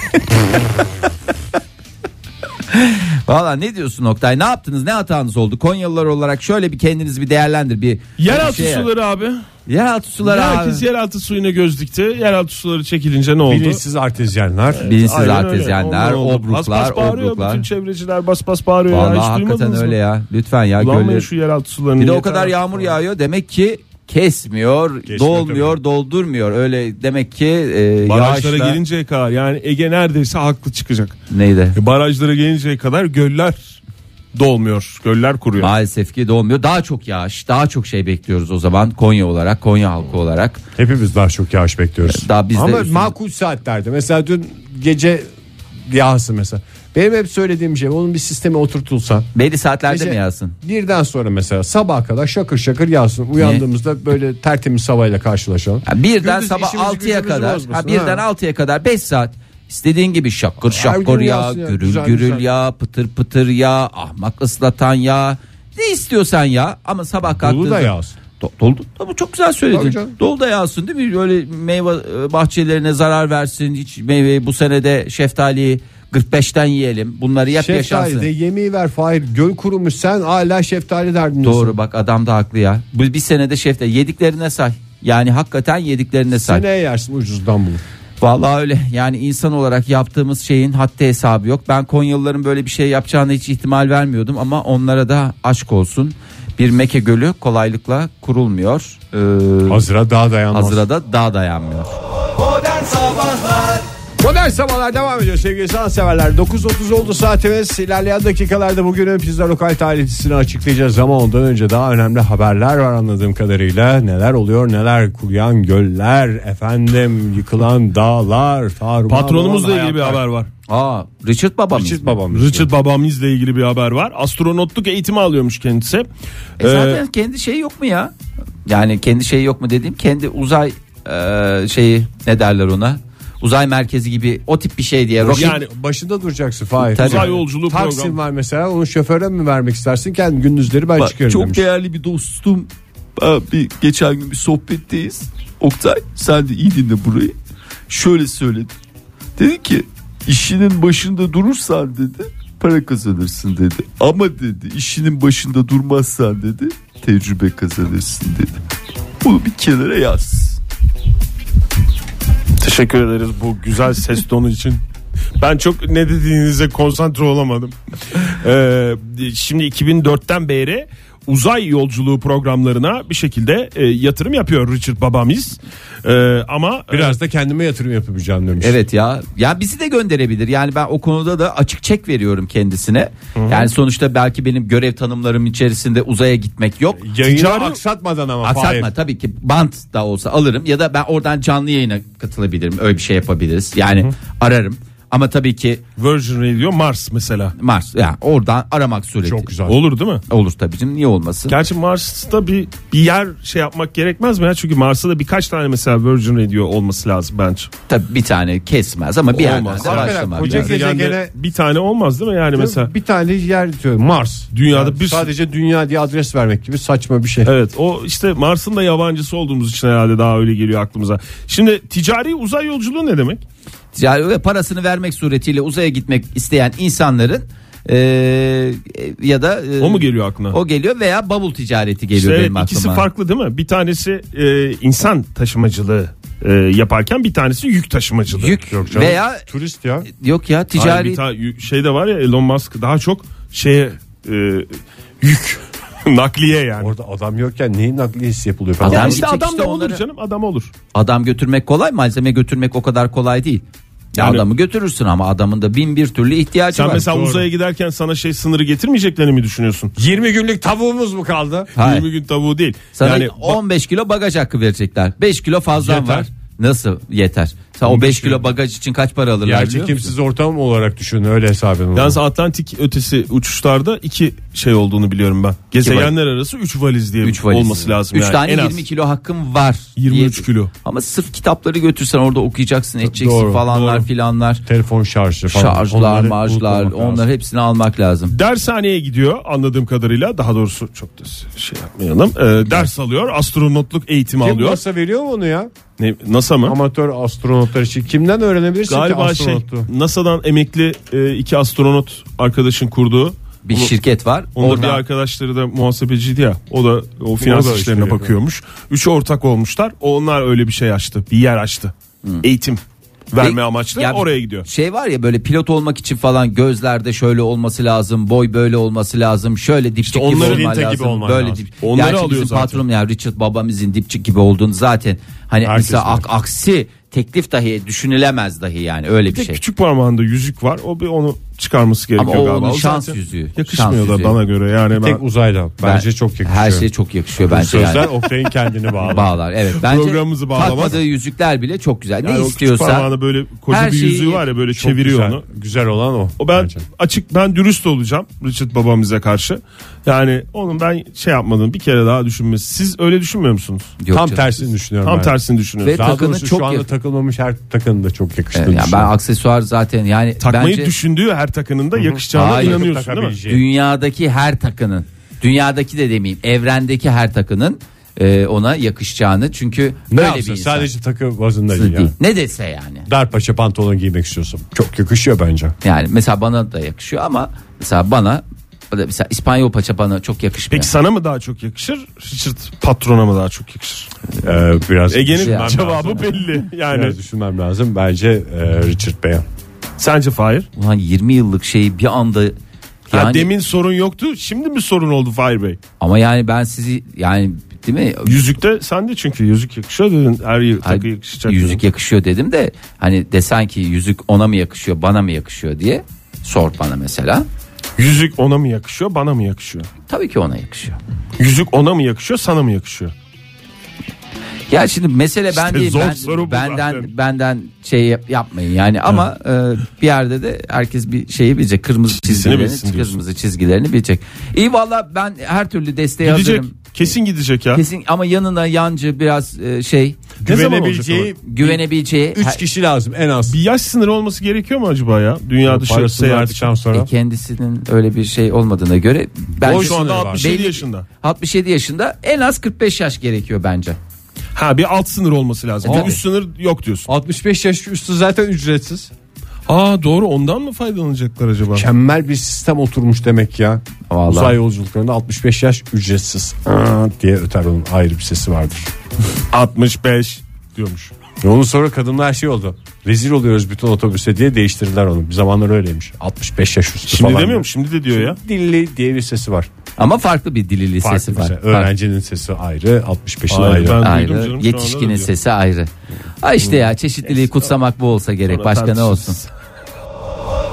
S3: Valla ne diyorsun Oktay? Ne yaptınız? Ne hatanız oldu? Konyalılar olarak şöyle bir kendiniz bir değerlendir. Bir
S4: Yeraltı
S3: bir şey-
S4: suları abi.
S3: Yeraltı suları
S4: Herkes
S3: abi.
S4: yeraltı suyuna göz dikti. Yeraltı suları çekilince ne oldu?
S2: bilinçsiz artezyenler
S3: Bilinçsiz
S4: Aynen öyle.
S3: artezyenler,
S4: Onlar oldu.
S3: obruklar,
S4: bas bas bağırıyor.
S3: obruklar.
S4: Bütün çevreciler bas bas bağırıyor. ya.
S3: Vallahi
S4: Hiç
S3: hakikaten
S4: duymadınız
S3: öyle
S4: mı?
S3: ya. Lütfen ya
S4: Kullanmayın
S3: gölleri-
S4: şu yeraltı sularını.
S3: Bir de o
S4: yeter
S3: kadar
S4: artık.
S3: yağmur yağıyor demek ki kesmiyor, dolmuyor, doldurmuyor. Öyle demek ki e,
S4: Barajlara
S3: yağışla-
S4: gelinceye kadar yani Ege neredeyse haklı çıkacak.
S3: neydi?
S4: E, Barajlara gelinceye kadar göller dolmuyor. Göller kuruyor.
S3: Maalesef ki dolmuyor. Daha çok yağış, daha çok şey bekliyoruz o zaman Konya olarak, Konya halkı olarak.
S2: Hepimiz daha çok yağış bekliyoruz.
S3: Daha biz de
S2: Ama
S3: üstüne-
S2: makul saatlerde. Mesela dün gece yağısı mesela. Benim hep söylediğim şey onun bir sisteme oturtulsa.
S3: Belli saatlerde
S2: gece
S3: mi yağsın?
S2: Birden sonra mesela sabaha kadar şakır şakır yağsın. Uyandığımızda böyle tertemiz havayla karşılaşalım.
S3: Ya birden
S2: Gündüz
S3: sabah
S2: işimizi
S3: 6'ya
S2: gücümüzü
S3: kadar,
S2: bozmasın,
S3: ha birden
S2: ha.
S3: 6'ya kadar 5 saat istediğin gibi şakır şakır
S2: gün
S3: ya,
S2: yağsın ya,
S3: gürül
S2: güzel,
S3: gürül
S2: güzel.
S3: ya, pıtır pıtır ya, ahmak ıslatan ya. Ne istiyorsan ya ama sabah
S2: Dolu
S3: kalktığında
S2: da yağsın.
S3: Do- Doldu. Ama çok güzel
S2: Tabii
S3: söyledin.
S2: canım.
S3: Dolu da yağsın değil mi? Öyle meyve e, bahçelerine zarar versin. Hiç meyveyi bu senede şeftaliyi 45'ten yiyelim. Bunları yap yaşansın.
S2: Şeftali de yemeği ver Fahir. Göl kurumuş sen hala şeftali derdindesin.
S3: Doğru bak adam da haklı ya. Bu bir senede şeftali yediklerine say. Yani hakikaten yediklerine say.
S2: Seneye yersin ucuzdan bunu.
S3: Vallahi öyle. Yani insan olarak yaptığımız şeyin haddi hesabı yok. Ben Konyalıların böyle bir şey yapacağına hiç ihtimal vermiyordum ama onlara da aşk olsun. Bir Meke Gölü kolaylıkla kurulmuyor. Ee,
S2: Hazıra daha dayanmaz.
S3: Hazıra da daha dayanmıyor.
S6: Modern Sabahlar
S2: Modern sabahlar devam ediyor sevgili sanatseverler. 9.30 oldu saatimiz. İlerleyen dakikalarda bugünün pizza lokal tarihçisini açıklayacağız ama ondan önce daha önemli haberler var anladığım kadarıyla. Neler oluyor neler kuruyan göller efendim yıkılan dağlar. tarumar
S4: Patronumuzla
S2: olan
S4: ilgili bir
S2: hayatlar.
S4: haber var.
S3: Aa, Richard Baba mı?
S2: Richard babamız.
S4: Richard babamızla ilgili bir haber var. Astronotluk eğitimi alıyormuş kendisi.
S3: E zaten
S4: Ee,
S3: kendi şey yok mu ya? Yani kendi şey yok mu dediğim kendi uzay e, şeyi ne derler ona? Uzay merkezi gibi o tip bir şey diye. Roket,
S4: yani
S2: Başında duracaksın Fahir.
S3: Tabii.
S4: uzay yolculuğu
S2: Taksim
S4: programı.
S2: var mesela onu şoföre mi vermek istersin? Kendi gündüzleri ben
S3: Bak,
S2: çıkıyorum
S3: çok
S2: demiş.
S3: değerli bir dostum. Aa, bir, geçen gün bir sohbetteyiz. Oktay sen de iyi dinle burayı. Şöyle söyledi. Dedi ki işinin başında durursan dedi para kazanırsın dedi. Ama dedi işinin başında durmazsan dedi tecrübe kazanırsın dedi. Bunu bir kenara yaz.
S4: Teşekkür ederiz bu güzel ses tonu için. Ben çok ne dediğinize konsantre olamadım. Ee, şimdi 2004'ten beri uzay yolculuğu programlarına bir şekilde e, yatırım yapıyor Richard babamız. Ee, ama
S2: Biraz da kendime yatırım yapabileceğim
S4: E-
S2: demiş.
S3: Evet ya. Ya bizi de gönderebilir. Yani ben o konuda da açık çek veriyorum kendisine. Yani sonuçta belki benim görev tanımlarım içerisinde uzaya gitmek yok.
S2: E, Yayını
S4: Ticari-
S2: aksatmadan ama
S3: Aksatma
S2: Fahir.
S3: tabii ki bant da olsa alırım ya da ben oradan canlı yayına katılabilirim. Öyle bir şey yapabiliriz. Yani ararım. Ama tabii ki
S4: Virgin Radio Mars mesela.
S3: Mars yani oradan aramak sureti.
S2: Çok güzel.
S4: Olur değil mi?
S3: Olur tabii canım niye olmasın?
S4: Gerçi Mars'ta bir bir yer şey yapmak gerekmez mi ya? Çünkü Mars'ta da birkaç tane mesela Virgin Radio olması lazım bence.
S3: Tabii bir tane kesmez ama bir yerden
S4: Olmaz.
S3: de
S2: Hakikaten
S3: başlamak
S2: koca
S3: lazım.
S2: Gezegene-
S4: Gezegende bir tane olmaz değil mi yani mesela?
S2: Bir tane yer diyor Mars.
S4: Dünyada bir-
S2: sadece dünya diye adres vermek gibi saçma bir şey.
S4: Evet o işte Mars'ın da yabancısı olduğumuz için herhalde daha öyle geliyor aklımıza. Şimdi ticari uzay yolculuğu ne demek?
S3: Ticari ve parasını vermek suretiyle uzaya gitmek isteyen insanların e, e, ya da e,
S4: O mu geliyor aklına?
S3: O geliyor veya bavul ticareti geliyor
S4: İşte
S3: benim aklıma.
S4: ikisi farklı değil mi? Bir tanesi e, insan taşımacılığı e, yaparken bir tanesi yük taşımacılığı.
S3: Yük
S4: Yok canım.
S3: veya
S2: Turist ya.
S3: yok ya
S4: Hayır, bir
S3: ticari
S4: ta- yük- şey de var ya Elon Musk daha çok şeye e, yük nakliye yani.
S2: Orada adam yokken neyin nakliyesi yapılıyor
S3: Adam-
S2: falan.
S4: Ya
S3: Yani
S4: işte
S3: gidecek
S4: adam
S3: işte
S4: da
S3: onları-
S4: olur canım adam olur.
S3: adam götürmek kolay malzeme götürmek o kadar kolay değil. Ya
S4: Yani-
S3: adamı götürürsün ama adamın da bin bir türlü ihtiyacı
S4: Sen
S3: var.
S4: mesela uzaya giderken sana şey sınırı getirmeyeceklerini mi düşünüyorsun?
S2: 20 günlük tavuğumuz mu kaldı?
S3: Hayır.
S4: 20 gün tavuğu değil.
S3: Sana
S4: yani
S3: 15 kilo bagaj hakkı verecekler. 5 kilo fazlan
S2: Yeter.
S3: var. Nasıl yeter? Sen o 5 kilo bagaj için kaç para alırlar
S2: Yer
S3: biliyor musun?
S2: çekimsiz ortam olarak düşün öyle hesabını.
S4: Yalnız Atlantik ötesi uçuşlarda iki şey olduğunu biliyorum ben. Gezegenler arası 3 valiz diye
S3: Üç valiz.
S4: olması lazım.
S3: Üç
S4: yani.
S3: tane
S4: en az.
S3: 20 kilo hakkım var.
S4: 23
S3: Diye-
S4: kilo.
S3: Ama sırf kitapları götürsen orada okuyacaksın, edeceksin
S2: Doğru,
S3: falanlar
S2: doğru.
S3: filanlar.
S2: Telefon şarjı falan.
S3: Şarjlar,
S2: Onları
S3: marjlar,
S2: unutmamak lazım.
S3: onları hepsini almak lazım.
S4: Dershaneye gidiyor anladığım kadarıyla. Daha doğrusu çok da şey yapmayalım. Ee, ders alıyor. Astronotluk eğitimi
S2: Kim
S4: alıyor.
S2: NASA veriyor mu onu ya?
S4: Ne, NASA mı?
S2: Amatör astronotlar için. Kimden öğrenebilirsin ki
S4: Galiba şey
S2: astronotluğu?
S4: NASA'dan emekli e, iki astronot arkadaşın kurduğu.
S3: Bir
S4: Onu-
S3: şirket var.
S4: Onun da
S3: Oradan-
S4: bir arkadaşları da muhasebeciydi ya. O da o finans
S2: O da
S4: işlerine
S2: işte
S4: bakıyormuş. Üç ortak olmuşlar. Onlar öyle bir şey açtı. Bir yer açtı. Eğitim verme
S3: Ve-
S4: amaçlı
S3: Hmm. Ya
S4: oraya gidiyor.
S3: Şey var ya böyle pilot olmak için falan gözlerde şöyle olması lazım, boy böyle olması lazım, şöyle dipçik gibi
S4: onların
S3: olman
S4: inte gibi
S3: lazım.
S4: olman
S3: böyle
S4: lazım.
S3: dip-
S4: Onları
S3: Gerçi
S4: alıyor
S3: bizim
S4: zaten.
S3: patron ya Richard babamızın dipçik gibi olduğunu zaten hani
S4: Herkes
S3: mesela
S4: var.
S3: ak- aksi teklif dahi düşünülemez dahi yani öyle bir,
S4: Bir de
S3: şey.
S4: küçük parmağında yüzük var. O bir onu çıkarması
S3: Ama
S4: gerekiyor
S3: o
S4: galiba.
S3: onun
S4: O
S3: şans
S4: zaten
S3: yüzüğü. şans
S4: Yakışmıyor da
S3: yüzüğü.
S4: bana göre. Yani ben
S2: Tek uzayda.
S3: Ben-
S2: Bence çok yakışıyor.
S3: Her şey çok yakışıyor bence
S2: Sözler
S3: yani.
S2: Oktay'ın kendini bağlı.
S3: Bağlar evet. Bence
S4: Programımızı bağlamaz.
S3: takmadığı yüzükler bile çok güzel.
S4: yani
S3: ne
S4: o küçük
S3: istiyorsa
S4: parmağında böyle koca
S3: her
S4: bir
S3: şeyi-
S4: yüzüğü var ya böyle
S2: Çok
S4: çeviriyor
S2: güzel.
S4: onu.
S2: Güzel olan o.
S4: O ben
S2: bence.
S4: açık ben dürüst olacağım Richard babamıza karşı. Yani onun ben şey yapmadım bir kere daha düşünmesi. Siz öyle düşünmüyor musunuz?
S3: Yok
S2: Tam
S3: canım.
S2: tersini düşünüyorum
S4: Tam
S2: ben.
S4: tersini düşünüyorsunuz.
S3: Ve-
S2: Daha
S3: Takını
S2: doğrusu
S3: çok
S2: şu anda
S3: yakın.
S2: takılmamış her takının da çok yakıştığını
S3: Evet, yani ben
S2: düşünüyorum.
S3: aksesuar zaten yani
S4: Takmayı
S3: bence
S4: düşündüğü her takının da yakışacağına
S3: Hayır.
S4: inanıyorsun değil mi?
S2: Takabileceği.
S3: dünyadaki her takının dünyadaki de demeyeyim evrendeki her takının e, ona yakışacağını çünkü
S2: Ne
S3: böyle bir
S2: yapsın?
S3: insan.
S2: Sadece takı bazında değil
S3: Değil.
S2: yani.
S3: Ne dese yani.
S2: Dar paça pantolon giymek istiyorsun. Çok yakışıyor bence.
S3: Yani mesela bana da yakışıyor ama mesela bana mesela İspanyol paça bana çok yakışmıyor.
S4: Peki sana mı daha çok yakışır? Richard patrona mı daha çok yakışır?
S2: Ee, biraz
S4: Ege'nin
S2: düşünmem
S3: Yani.
S4: cevabı belli. Yani
S2: Biraz düşünmem lazım. Bence e, Richard Bey.
S4: sence Fahir?
S3: Ulan 20 yıllık şeyi bir anda
S4: Ha,
S3: yani
S4: demin sorun yoktu. Şimdi mi sorun oldu Fahir Bey?
S3: ama yani ben sizi yani değil mi?
S4: Yüzükte sen de çünkü yüzük yakışıyor dedin. Her yer
S3: Ay,
S4: takı yakışacak.
S3: yüzük
S4: dedin.
S3: yakışıyor dedim de hani desen ki yüzük ona mı yakışıyor bana mı yakışıyor diye sor bana mesela.
S4: Yüzük ona mı yakışıyor, bana mı yakışıyor?
S3: Tabii ki ona yakışıyor.
S4: Yüzük ona mı yakışıyor, sana mı yakışıyor?
S3: Ya şimdi mesele ben
S4: İşte
S3: değil
S4: zor
S3: ben-
S4: soru bu
S3: benden
S4: zaten.
S3: benden şey yap- yapmayın yani ama e, bir yerde de herkes bir şeyi bilecek kırmızı çizgilerini
S4: bilsin diyorsun.
S3: kırmızı çizgilerini bilecek. İyi valla ben her türlü desteğe
S4: Gidecek.
S3: hazırım.
S4: Kesin gidecek ya.
S3: Kesin ama yanına yancı biraz e, şey
S4: Ne zaman olacak
S3: güvenebileceği her-
S2: Üç kişi lazım en az.
S4: Bir yaş sınırı olması gerekiyor mu acaba ya? Dünya dışı
S2: Parasını
S4: seyahat için.
S2: verdikten sonra.
S3: e, kendisinin öyle bir şey olmadığına göre bence
S4: şu anda
S2: sınırı var.
S4: 67
S3: Belli-
S4: yaşında.
S3: 67 yaşında en az 45 yaş gerekiyor bence.
S4: Ha bir alt sınır olması lazım.
S3: E,
S4: Bir
S3: tabii.
S4: üst sınır yok diyorsun.
S2: 65 yaş üstü zaten ücretsiz.
S4: Aa doğru ondan mı faydalanacaklar acaba?
S2: Mükemmel bir sistem oturmuş demek ya.
S3: Vallahi.
S2: Uzay yolculuklarında 65 yaş ücretsiz. Aa diye öter onun ayrı bir sesi vardır.
S4: 65 diyormuş.
S2: Onun sonra kadınlar şey oldu. Rezil oluyoruz bütün otobüse diye değiştirdiler onu. Bir zamanlar öyleymiş. 65 yaş üstü
S4: Şimdi
S2: falan.
S4: demiyor mu? Şimdi de diyor ya.
S2: Dilli diye bir sesi var.
S3: Ama farklı bir dili
S2: Farklı
S3: lisesi
S2: bir
S3: var.
S2: şey.
S3: Farklı.
S2: Öğrencinin sesi ayrı, 65'in ayrı.
S4: Ayrı. Ben- duydum canım, şu
S3: ayrı.
S4: anda da
S3: Yetişkinin
S4: diyor.
S3: sesi ayrı. Ha işte ya çeşitliliği kutsamak bu olsa gerek. Başka ne olsun?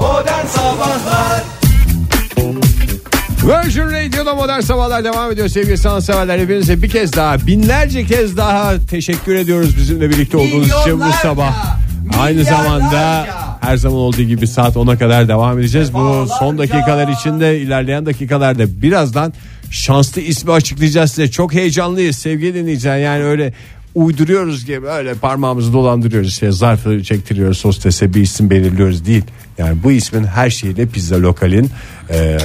S6: Modern Sabahlar
S2: Virgin Radio'da modern sabahlar devam ediyor sevgili sanatseverler. Hepinize bir kez daha binlerce kez daha teşekkür ediyoruz bizimle birlikte olduğunuz için bu
S3: Milyonlarca,
S2: sabah. Aynı
S3: milyarlarca.
S2: zamanda her zaman olduğu gibi saat 10'a kadar devam edeceğiz. Bu son dakikalar içinde ilerleyen dakikalarda birazdan şanslı ismi açıklayacağız size. Çok heyecanlıyız sevgili dinleyiciler. Yani öyle uyduruyoruz gibi öyle parmağımızı dolandırıyoruz. İşte zarfı çektiriyoruz sostese bir isim belirliyoruz değil. Yani bu ismin her şeyle pizza lokalin eee,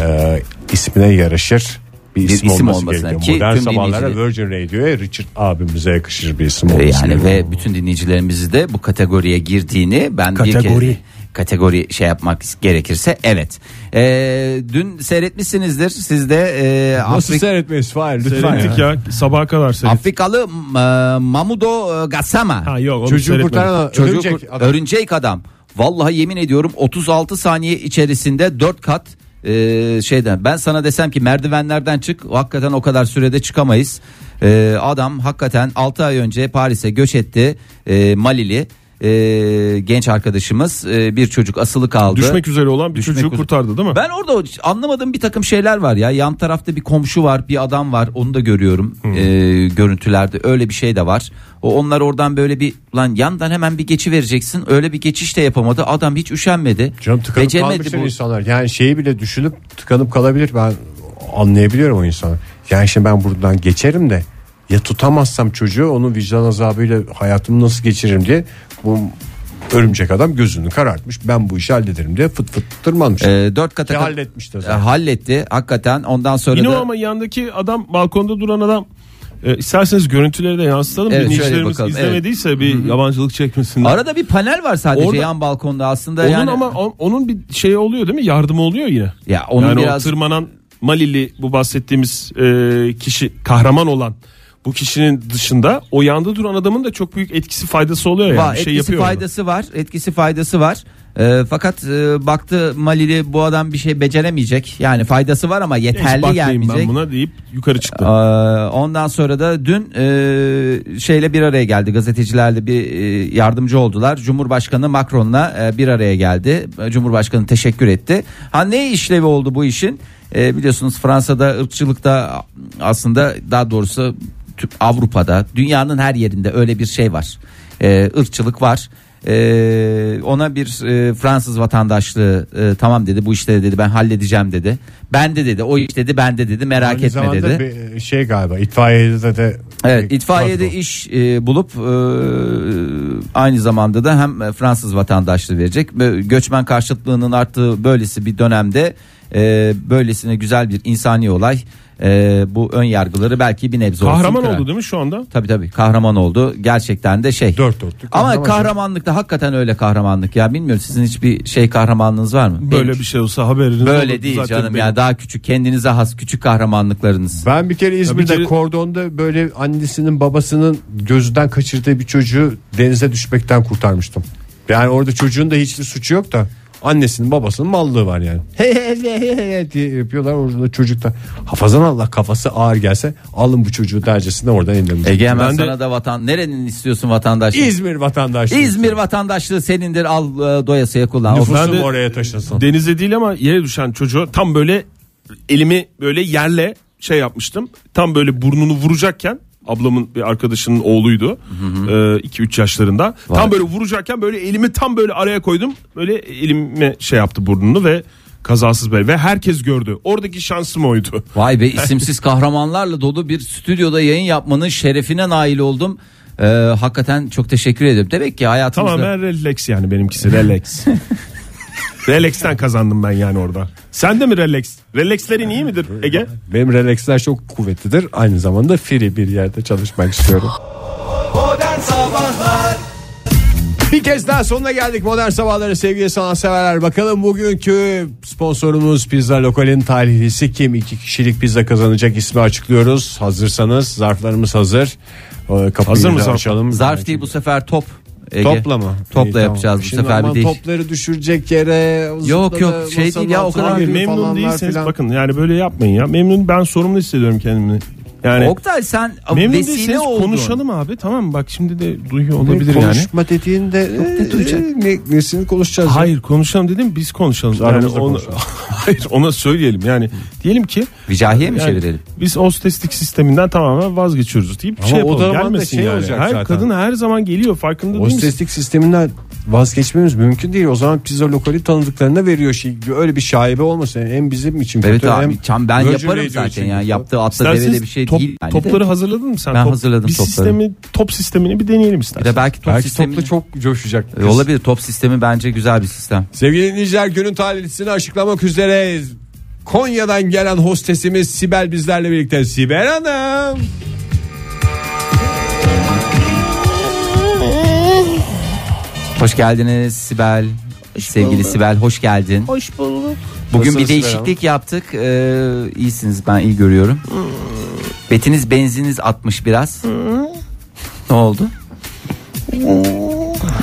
S2: ismine yaraşır bir isim,
S3: isim
S2: olması,
S3: olmasına
S2: gerekiyor.
S3: ki
S2: Modern
S3: tüm
S2: sabahlara
S3: dinleyiciler-
S2: Virgin Radio'ya Richard abimize yakışır bir isim
S3: Ee,
S2: olması
S3: Yani
S4: Şey
S2: gerekiyor.
S3: ve bütün dinleyicilerimizi de bu kategoriye girdiğini ben bir
S2: Kategori.
S3: kez kategori şey yapmak gerekirse evet. Ee, dün seyretmişsinizdir siz de e,
S2: Nasıl
S3: Afrik-
S2: seyretmeyiz Fahir lütfen
S4: Seyrettik
S2: ya.
S4: ya. Sabaha kadar seyrettik.
S3: Afrikalı e, Mamudo Gassama.
S4: Ha yok onu
S2: Çocuğu
S4: seyretmedim.
S2: kurtaran
S3: Çocuk
S2: örümcek
S3: örümcek
S2: adam.
S3: adam. Vallahi yemin ediyorum 36 saniye içerisinde 4 kat e, şeyden ben sana desem ki merdivenlerden çık hakikaten o kadar sürede çıkamayız. E, adam hakikaten 6 ay önce Paris'e göç etti e, Malili e, genç arkadaşımız E, bir çocuk asılı kaldı.
S4: Düşmek üzere olan bir
S3: Düşmek
S4: çocuğu
S3: üzere.
S4: kurtardı değil mi?
S3: Ben orada o- anlamadığım bir takım şeyler var ya. Yan tarafta bir komşu var, bir adam var. Onu da görüyorum
S4: Hmm.
S3: e, görüntülerde. Öyle bir şey de var. O onlar oradan böyle bir lan yandan hemen bir geçi vereceksin. Öyle bir geçiş de yapamadı. Adam hiç üşenmedi.
S2: Canım tıkanıp kalmışlar insanlar. Yani şeyi bile düşünüp tıkanıp kalabilir. Ben anlayabiliyorum o insanı. Yani şimdi ben buradan geçerim de ya tutamazsam çocuğu onun vicdan azabıyla hayatımı nasıl geçiririm diye bu örümcek adam gözünü karartmış. Ben bu işi hallederim diye fıt fıt tırmanmış.
S3: E, dört kata
S2: Ki halletmiş de
S3: E,
S2: zaten.
S3: halletti hakikaten. Ondan sonra
S4: Şey Yine
S3: da
S4: o ama yandaki adam balkonda duran adam e, isterseniz görüntüleri de yansıtalım.
S3: Evet, şöyle
S4: Dinleyicilerimiz
S3: bakalım, evet.
S4: izlemediyse bir yabancılık çekmesinler.
S3: arada bir panel var sadece
S4: Orada-
S3: yan balkonda aslında
S4: onun
S3: yani.
S4: ama on- onun bir şeyi oluyor değil mi? Yardımı oluyor yine.
S3: Ya onun
S4: yani
S3: biraz-
S4: o tırmanan Malili bu bahsettiğimiz e, kişi kahraman olan bu kişinin dışında o yanda duran adamın da çok büyük etkisi faydası oluyor yani.
S3: Var,
S4: bir şey
S3: etkisi
S4: yapıyor. orada.
S3: faydası var. Etkisi faydası var. Ee, fakat e, baktı Malili bu adam bir şey beceremeyecek. Yani faydası var ama
S4: Hiç
S3: yeterli
S4: bakmayayım
S3: gelmeyecek.
S4: ben buna deyip yukarı çıktı.
S3: Ee, ondan sonra da dün e, şeyle bir araya geldi. Gazetecilerle bir e, yardımcı oldular. Cumhurbaşkanı Macron'la e, bir araya geldi. E, Cumhurbaşkanı teşekkür etti. Ha ne işlevi oldu bu işin? E, biliyorsunuz Fransa'da ırkçılıkta aslında daha doğrusu tüm Avrupa'da dünyanın her yerinde öyle bir şey var. E, ırkçılık var. Ee, ona bir e, Fransız vatandaşlığı e, tamam dedi bu işleri dedi ben halledeceğim dedi. Ben de dedi o iş dedi ben de dedi merak
S2: Aynı
S3: etme
S2: zamanda
S3: dedi.
S2: bir şey galiba itfaiyede de, de
S3: Evet itfaiyede
S2: kadro.
S3: iş e, bulup e, aynı zamanda da hem e, Fransız vatandaşlığı verecek. Bö- Göçmen karşıtlığının arttığı böylesi bir dönemde e, böylesine güzel bir insani olay e, bu ön yargıları belki bir nebze olsun
S4: kahraman
S3: kırar.
S4: oldu değil mi şu anda?
S3: Tabii tabii kahraman oldu. Gerçekten de şey.
S2: Dört dörtlük
S3: Ama
S2: kahraman.
S3: kahramanlık da hakikaten öyle kahramanlık ya. Bilmiyorum sizin hiçbir şey kahramanlığınız var mı?
S4: Böyle
S3: Benim-
S4: bir şey olsa haberiniz olurdu
S3: Böyle değil
S4: zaten
S3: canım
S4: benim.
S3: ya daha küçük kendinize has küçük kahramanlıklarınız.
S2: Ben bir kere İzmir'de
S4: kere-
S2: kordonda böyle annesinin babasının gözünden kaçırdığı bir çocuğu denize düşmekten kurtarmıştım. Yani orada çocuğun da hiçbir suçu yok da annesinin babasının mallığı var yani. He he he he he diye yapıyorlar orada çocukta. Hafazan Allah kafası ağır gelse alın bu çocuğu dercesinde oradan indirin.
S3: Ege hemen
S4: Ben de-
S3: sana da vatan nerenin istiyorsun vatandaşlığı?
S2: İzmir vatandaşlığı.
S3: İzmir vatandaşlığı senindir al e, doyasıya kullan.
S2: Nüfusum
S4: Ben de-
S2: oraya taşınsın.
S4: Denize değil ama yere düşen çocuğu tam böyle elimi böyle yerle şey yapmıştım. Tam böyle burnunu vuracakken ablamın bir arkadaşının oğluydu. 2-3 yaşlarında. Tam böyle vuracakken böyle elimi tam böyle araya koydum. Böyle elime şey yaptı burnunu ve kazasız böyle ve herkes gördü. Oradaki şansım oydu.
S3: Vay be isimsiz kahramanlarla dolu bir stüdyoda yayın yapmanın şerefine nail oldum. E, hakikaten çok teşekkür ediyorum. Demek ki hayatımızda
S4: Tamamen relax yani benimkisi relax. Relax'ten kazandım ben yani orada. Sen de mi relax? Relax'lerin iyi midir Ege?
S2: Benim relaxler çok kuvvetlidir. Aynı zamanda free bir yerde çalışmak istiyorum.
S6: Modern Sabahlar
S2: Bir kez daha sonuna geldik modern sabahları sevgili sanatseverler. Bakalım bugünkü sponsorumuz Pizza Lokal'in talihlisi kim? İki kişilik pizza kazanacak ismi açıklıyoruz. Hazırsanız zarflarımız hazır. Ee, Kapıyı
S4: Hazır
S2: da
S4: mı zarf?
S2: açalım.
S3: zarf değil bu sefer top. Ege?
S2: Topla mı?
S3: Topla
S2: İyi, tamam.
S3: yapacağız bu
S2: Şimdi
S3: sefer bir
S2: aman
S3: değil.
S2: Topları düşürecek yere.
S3: Yok, yok,
S2: zıpladı,
S3: şey değil ya,
S2: masanın
S3: o kadar
S2: altına
S4: Abi
S2: girdi
S4: E, memnun
S2: falanlar
S4: değilseniz
S2: filan.
S4: bakın yani böyle yapmayın ya. Memnun ben sorumlu hissediyorum kendimi. Yani
S3: Oktay sen
S4: memnun
S3: vesile
S4: değilseniz
S3: oldun.
S4: konuşalım abi tamam bak şimdi de duyuyor olabilir yani.
S2: Konuşma dediğinde e,
S3: duyacak.
S2: e, ne, nesini konuşacağız? ya?
S4: Hayır konuşalım dedim biz konuşalım. Yani
S2: aramızda
S4: ona,
S2: konuşalım.
S4: hayır ona söyleyelim yani diyelim ki
S3: Vicahiye mi
S4: yani
S3: çevirelim?
S4: biz hosteslik sisteminden tamamen vazgeçiyoruz deyip bir şey
S2: o
S4: yapalım
S2: zaman da
S4: gelmesin
S2: şey
S4: yani.
S2: olacak
S4: her
S2: zaten.
S4: kadın her zaman geliyor farkında değil misin?
S2: Hosteslik sisteminden vazgeçmemiz mümkün değil. O zaman pizza lokali tanıdıklarına veriyor şey. Öyle bir şaibe olmasın. Hem bizim için
S3: Evet
S2: kötü hem
S3: abi çam ben
S2: Virgin
S3: yaparım
S2: Radio
S3: zaten
S2: için
S3: ya.
S2: kötü.
S3: Yaptığı atla
S4: İsterseniz
S3: devede bir şey
S4: top-
S3: değil. Yani de.
S4: topları hazırladın mı sen?
S3: Ben hazırladım
S4: bir
S3: topları.
S4: Sistemi, top sistemini bir deneyelim
S3: Bir
S4: istersen.
S3: de belki top
S2: Belki
S3: sistemi.
S2: topla çok coşacak.
S3: E, Olabilir top sistemi bence güzel bir sistem.
S2: Sevgili dinleyiciler günün talihlisini açıklamak üzereyiz. Konya'dan gelen hostesimiz Sibel bizlerle birlikte. Sibel Hanım.
S3: Hoş geldiniz Sibel. Sevgili Sibel hoş geldin. Hoş bulduk. Bugün
S2: Nasılsınız
S3: bir değişiklik yaptık. Ee, iyisiniz ben iyi görüyorum. Betiniz benziniz atmış biraz. Ne oldu?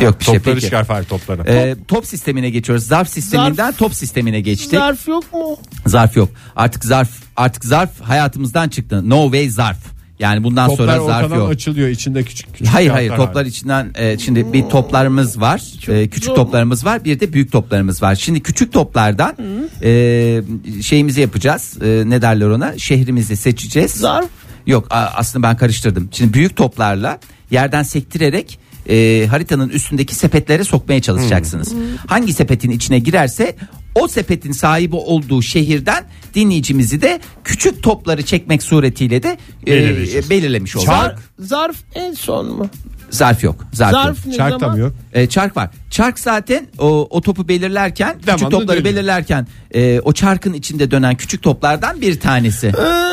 S3: Yok bir şey
S2: Topları
S3: peki.
S2: çıkar Fahri topları.
S3: Ee, top sistemine geçiyoruz. Zarf sisteminden top sistemine geçtik.
S4: Zarf yok mu?
S3: Zarf yok. Artık zarf artık zarf hayatımızdan çıktı. No way zarf. Yani bundan
S2: Toplar
S3: sonra zarf
S2: ortadan
S3: yok.
S2: açılıyor içinde küçük küçük.
S3: Hayır hayır
S2: kağıtlar
S3: toplar içinden e, şimdi bir toplarımız var. E, küçük toplarımız var. Bir de büyük toplarımız var. Şimdi küçük toplardan e, şeyimizi yapacağız. E, ne derler ona? Şehrimizi seçeceğiz. Zarf. Yok a- aslında ben karıştırdım. Şimdi büyük toplarla yerden sektirerek e, haritanın üstündeki sepetlere sokmaya çalışacaksınız. Hangi sepetin içine girerse o sepetin sahibi olduğu şehirden dinleyicimizi de küçük topları çekmek suretiyle de e,
S4: Belirleyeceğiz.
S3: belirlemiş olacağız.
S2: Çark.
S7: Zarf en son mu?
S3: Zarf yok. Zarf, yok.
S7: Zarf ne
S2: Çark da
S7: zaman?
S2: mı yok?
S3: E, çark var. Çark zaten o, o topu belirlerken
S2: Devamlı
S3: küçük topları
S2: dönüyor.
S3: belirlerken e, o çarkın içinde dönen küçük toplardan bir tanesi.
S2: Ee,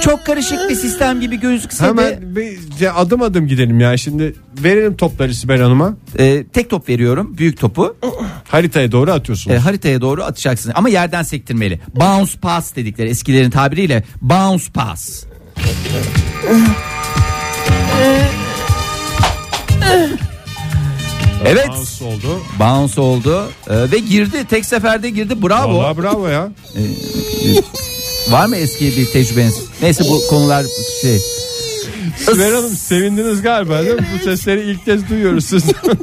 S3: Çok karışık bir sistem gibi gözükse de
S2: Hemen bir de adım adım gidelim ya. Şimdi verelim topları Sibel Hanım'a.
S3: e, tek top veriyorum büyük topu
S2: Oh. Haritaya doğru
S3: e,
S2: atıyorsunuz.
S3: haritaya doğru atacaksın ama yerden sektirmeli. Bounce pass dedikleri eskilerin tabiriyle bounce pass. Evet.
S2: Nasıl oldu?
S3: Bounce oldu e, ve girdi tek seferde girdi bravo.
S2: Vallahi bravo ya.
S3: Var mı eski bir tecrübeniz? Neyse bu konular şey.
S2: Sibel Hanım sevindiniz galiba değil mi? Bu sesleri ilk kez duyuyoruz sizden.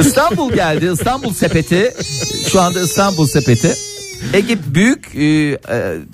S3: İstanbul geldi. İstanbul sepeti. Şu anda İstanbul sepeti. Ege büyük e, e,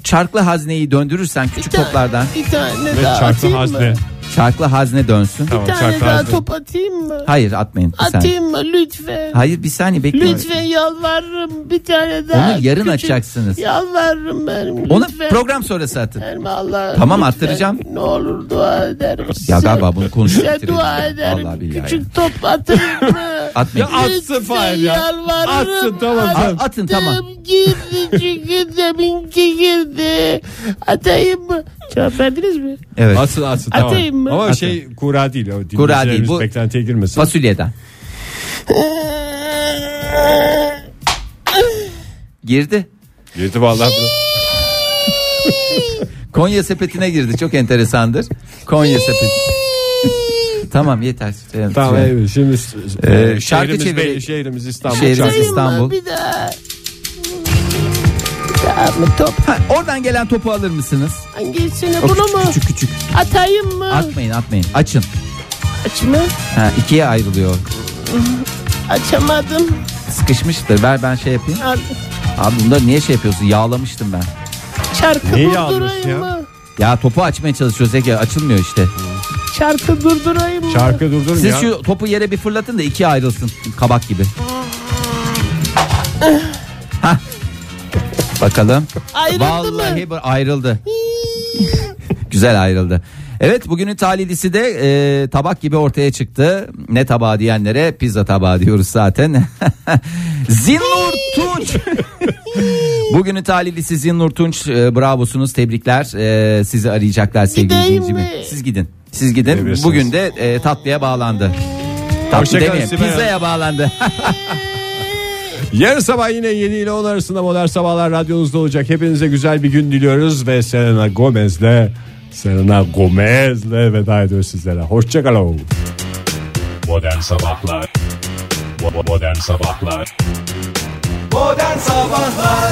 S3: çarklı hazneyi döndürürsen küçük toplardan
S7: Bir tane
S2: Ve
S7: daha
S2: çarklı
S7: atayım
S2: hazne.
S7: mı?
S3: çarklı hazne dönsün.
S7: Bir
S2: Tamam
S7: tane
S2: çarklı
S7: daha
S2: hazne.
S7: top atayım mı?
S3: Hayır atmayın bir saniye.
S7: Atayım mı lütfen?
S3: Hayır bir saniye bekleyin.
S7: Lütfen yalvarırım bir tane daha.
S3: Onu yarın
S7: küçük-
S3: açacaksınız.
S7: Yalvarırım benim
S3: Onu
S7: lütfen.
S3: program sonrası atın.
S7: Verme Allah'ım,
S3: Tamam,
S7: lütfen.
S3: attıracağım.
S7: Ne olur dua ederim.
S3: Ya
S7: size.
S3: galiba bunu konuşup
S7: Size
S3: bitirelim.
S7: dua ederim.
S3: Vallahi billahi.
S7: Küçük top atayım mı?
S3: Atmayın.
S2: Ya atsın Fahir ya.
S7: Yalvarırım.
S2: Atsın, tamam.
S7: Attım,
S3: At- atın, tamam.
S7: Girdi çünkü deminki girdi. Atayım mı? Cevap verdiniz mi?
S3: Evet.
S2: Atsın atsın tamam.
S7: Atayım mı?
S2: Ama
S3: Atın.
S2: şey kura değil. O
S3: Kura değil, bu-
S2: Bu... Beklentiye girmesin.
S3: Fasulyeden. Girdi.
S2: Girdi vallahi.
S3: Konya sepetine girdi. Çok enteresandır. Konya sepeti. tamam yeter.
S2: Tamam evet. Şimdi e,
S3: Ee, şarkı
S2: şehrimiz,
S3: çeviri-
S2: Be- şehrimiz İstanbul.
S3: Şehrimiz
S2: şarkı.
S7: Atayım mı?
S3: İstanbul.
S7: Bir daha. Bir daha mı top?
S3: Ha, oradan gelen topu alır mısınız?
S7: Hangisini
S3: O
S7: bunu mu?
S3: Küçük küçük.
S7: Atayım mı?
S3: Atmayın atmayın. Açın.
S7: Aç mı?
S3: Ha, ikiye ayrılıyor.
S7: Açamadım.
S3: Sıkışmıştır. Ver ben şey yapayım.
S7: Al.
S3: Abi bunda niye şey yapıyorsun? Yağlamıştım ben.
S7: Şarkı
S2: Neyi alıyorsun ya?
S7: durdurayım mı?
S3: Ya topu açmaya çalışıyoruz Ege. Açılmıyor işte.
S7: Şarkı durdurayım mı?
S2: Şarkı durdurun
S3: Siz
S2: ya.
S3: şu topu yere bir fırlatın da ikiye ayrılsın. Kabak gibi. Hah. Bakalım.
S7: Ayrıldı
S3: Vallahi
S7: mı?
S3: bu- ayrıldı. Güzel ayrıldı. Evet bugünün talihlisi de e, tabak gibi ortaya çıktı. Ne tabağı diyenlere pizza tabağı diyoruz zaten. Zinnur Tunç. bugünün talihlisi Zinnur Tunç. E, bravosunuz tebrikler. E, sizi arayacaklar sevgili
S7: Gideyim
S3: dinleyicim.
S7: mi?
S3: Siz gidin. Siz gidin.
S2: Gidebilirsiniz.
S3: Bugün de e, tatlıya bağlandı. Tatlı
S2: Hoşça kalın
S3: demeyeyim,
S2: Sibel
S3: pizzaya bağlandı.
S2: Yarın sabah yine 7 ile 10 arasında Modern Sabahlar radyonuzda olacak. Hepinize güzel bir gün diliyoruz ve Selena Gomez'le
S4: Selena Gomez'le veda ediyoruz sizlere. Hoşçakalın.
S8: Modern Sabahlar Bo- Modern Sabahlar
S6: Modern Sabahlar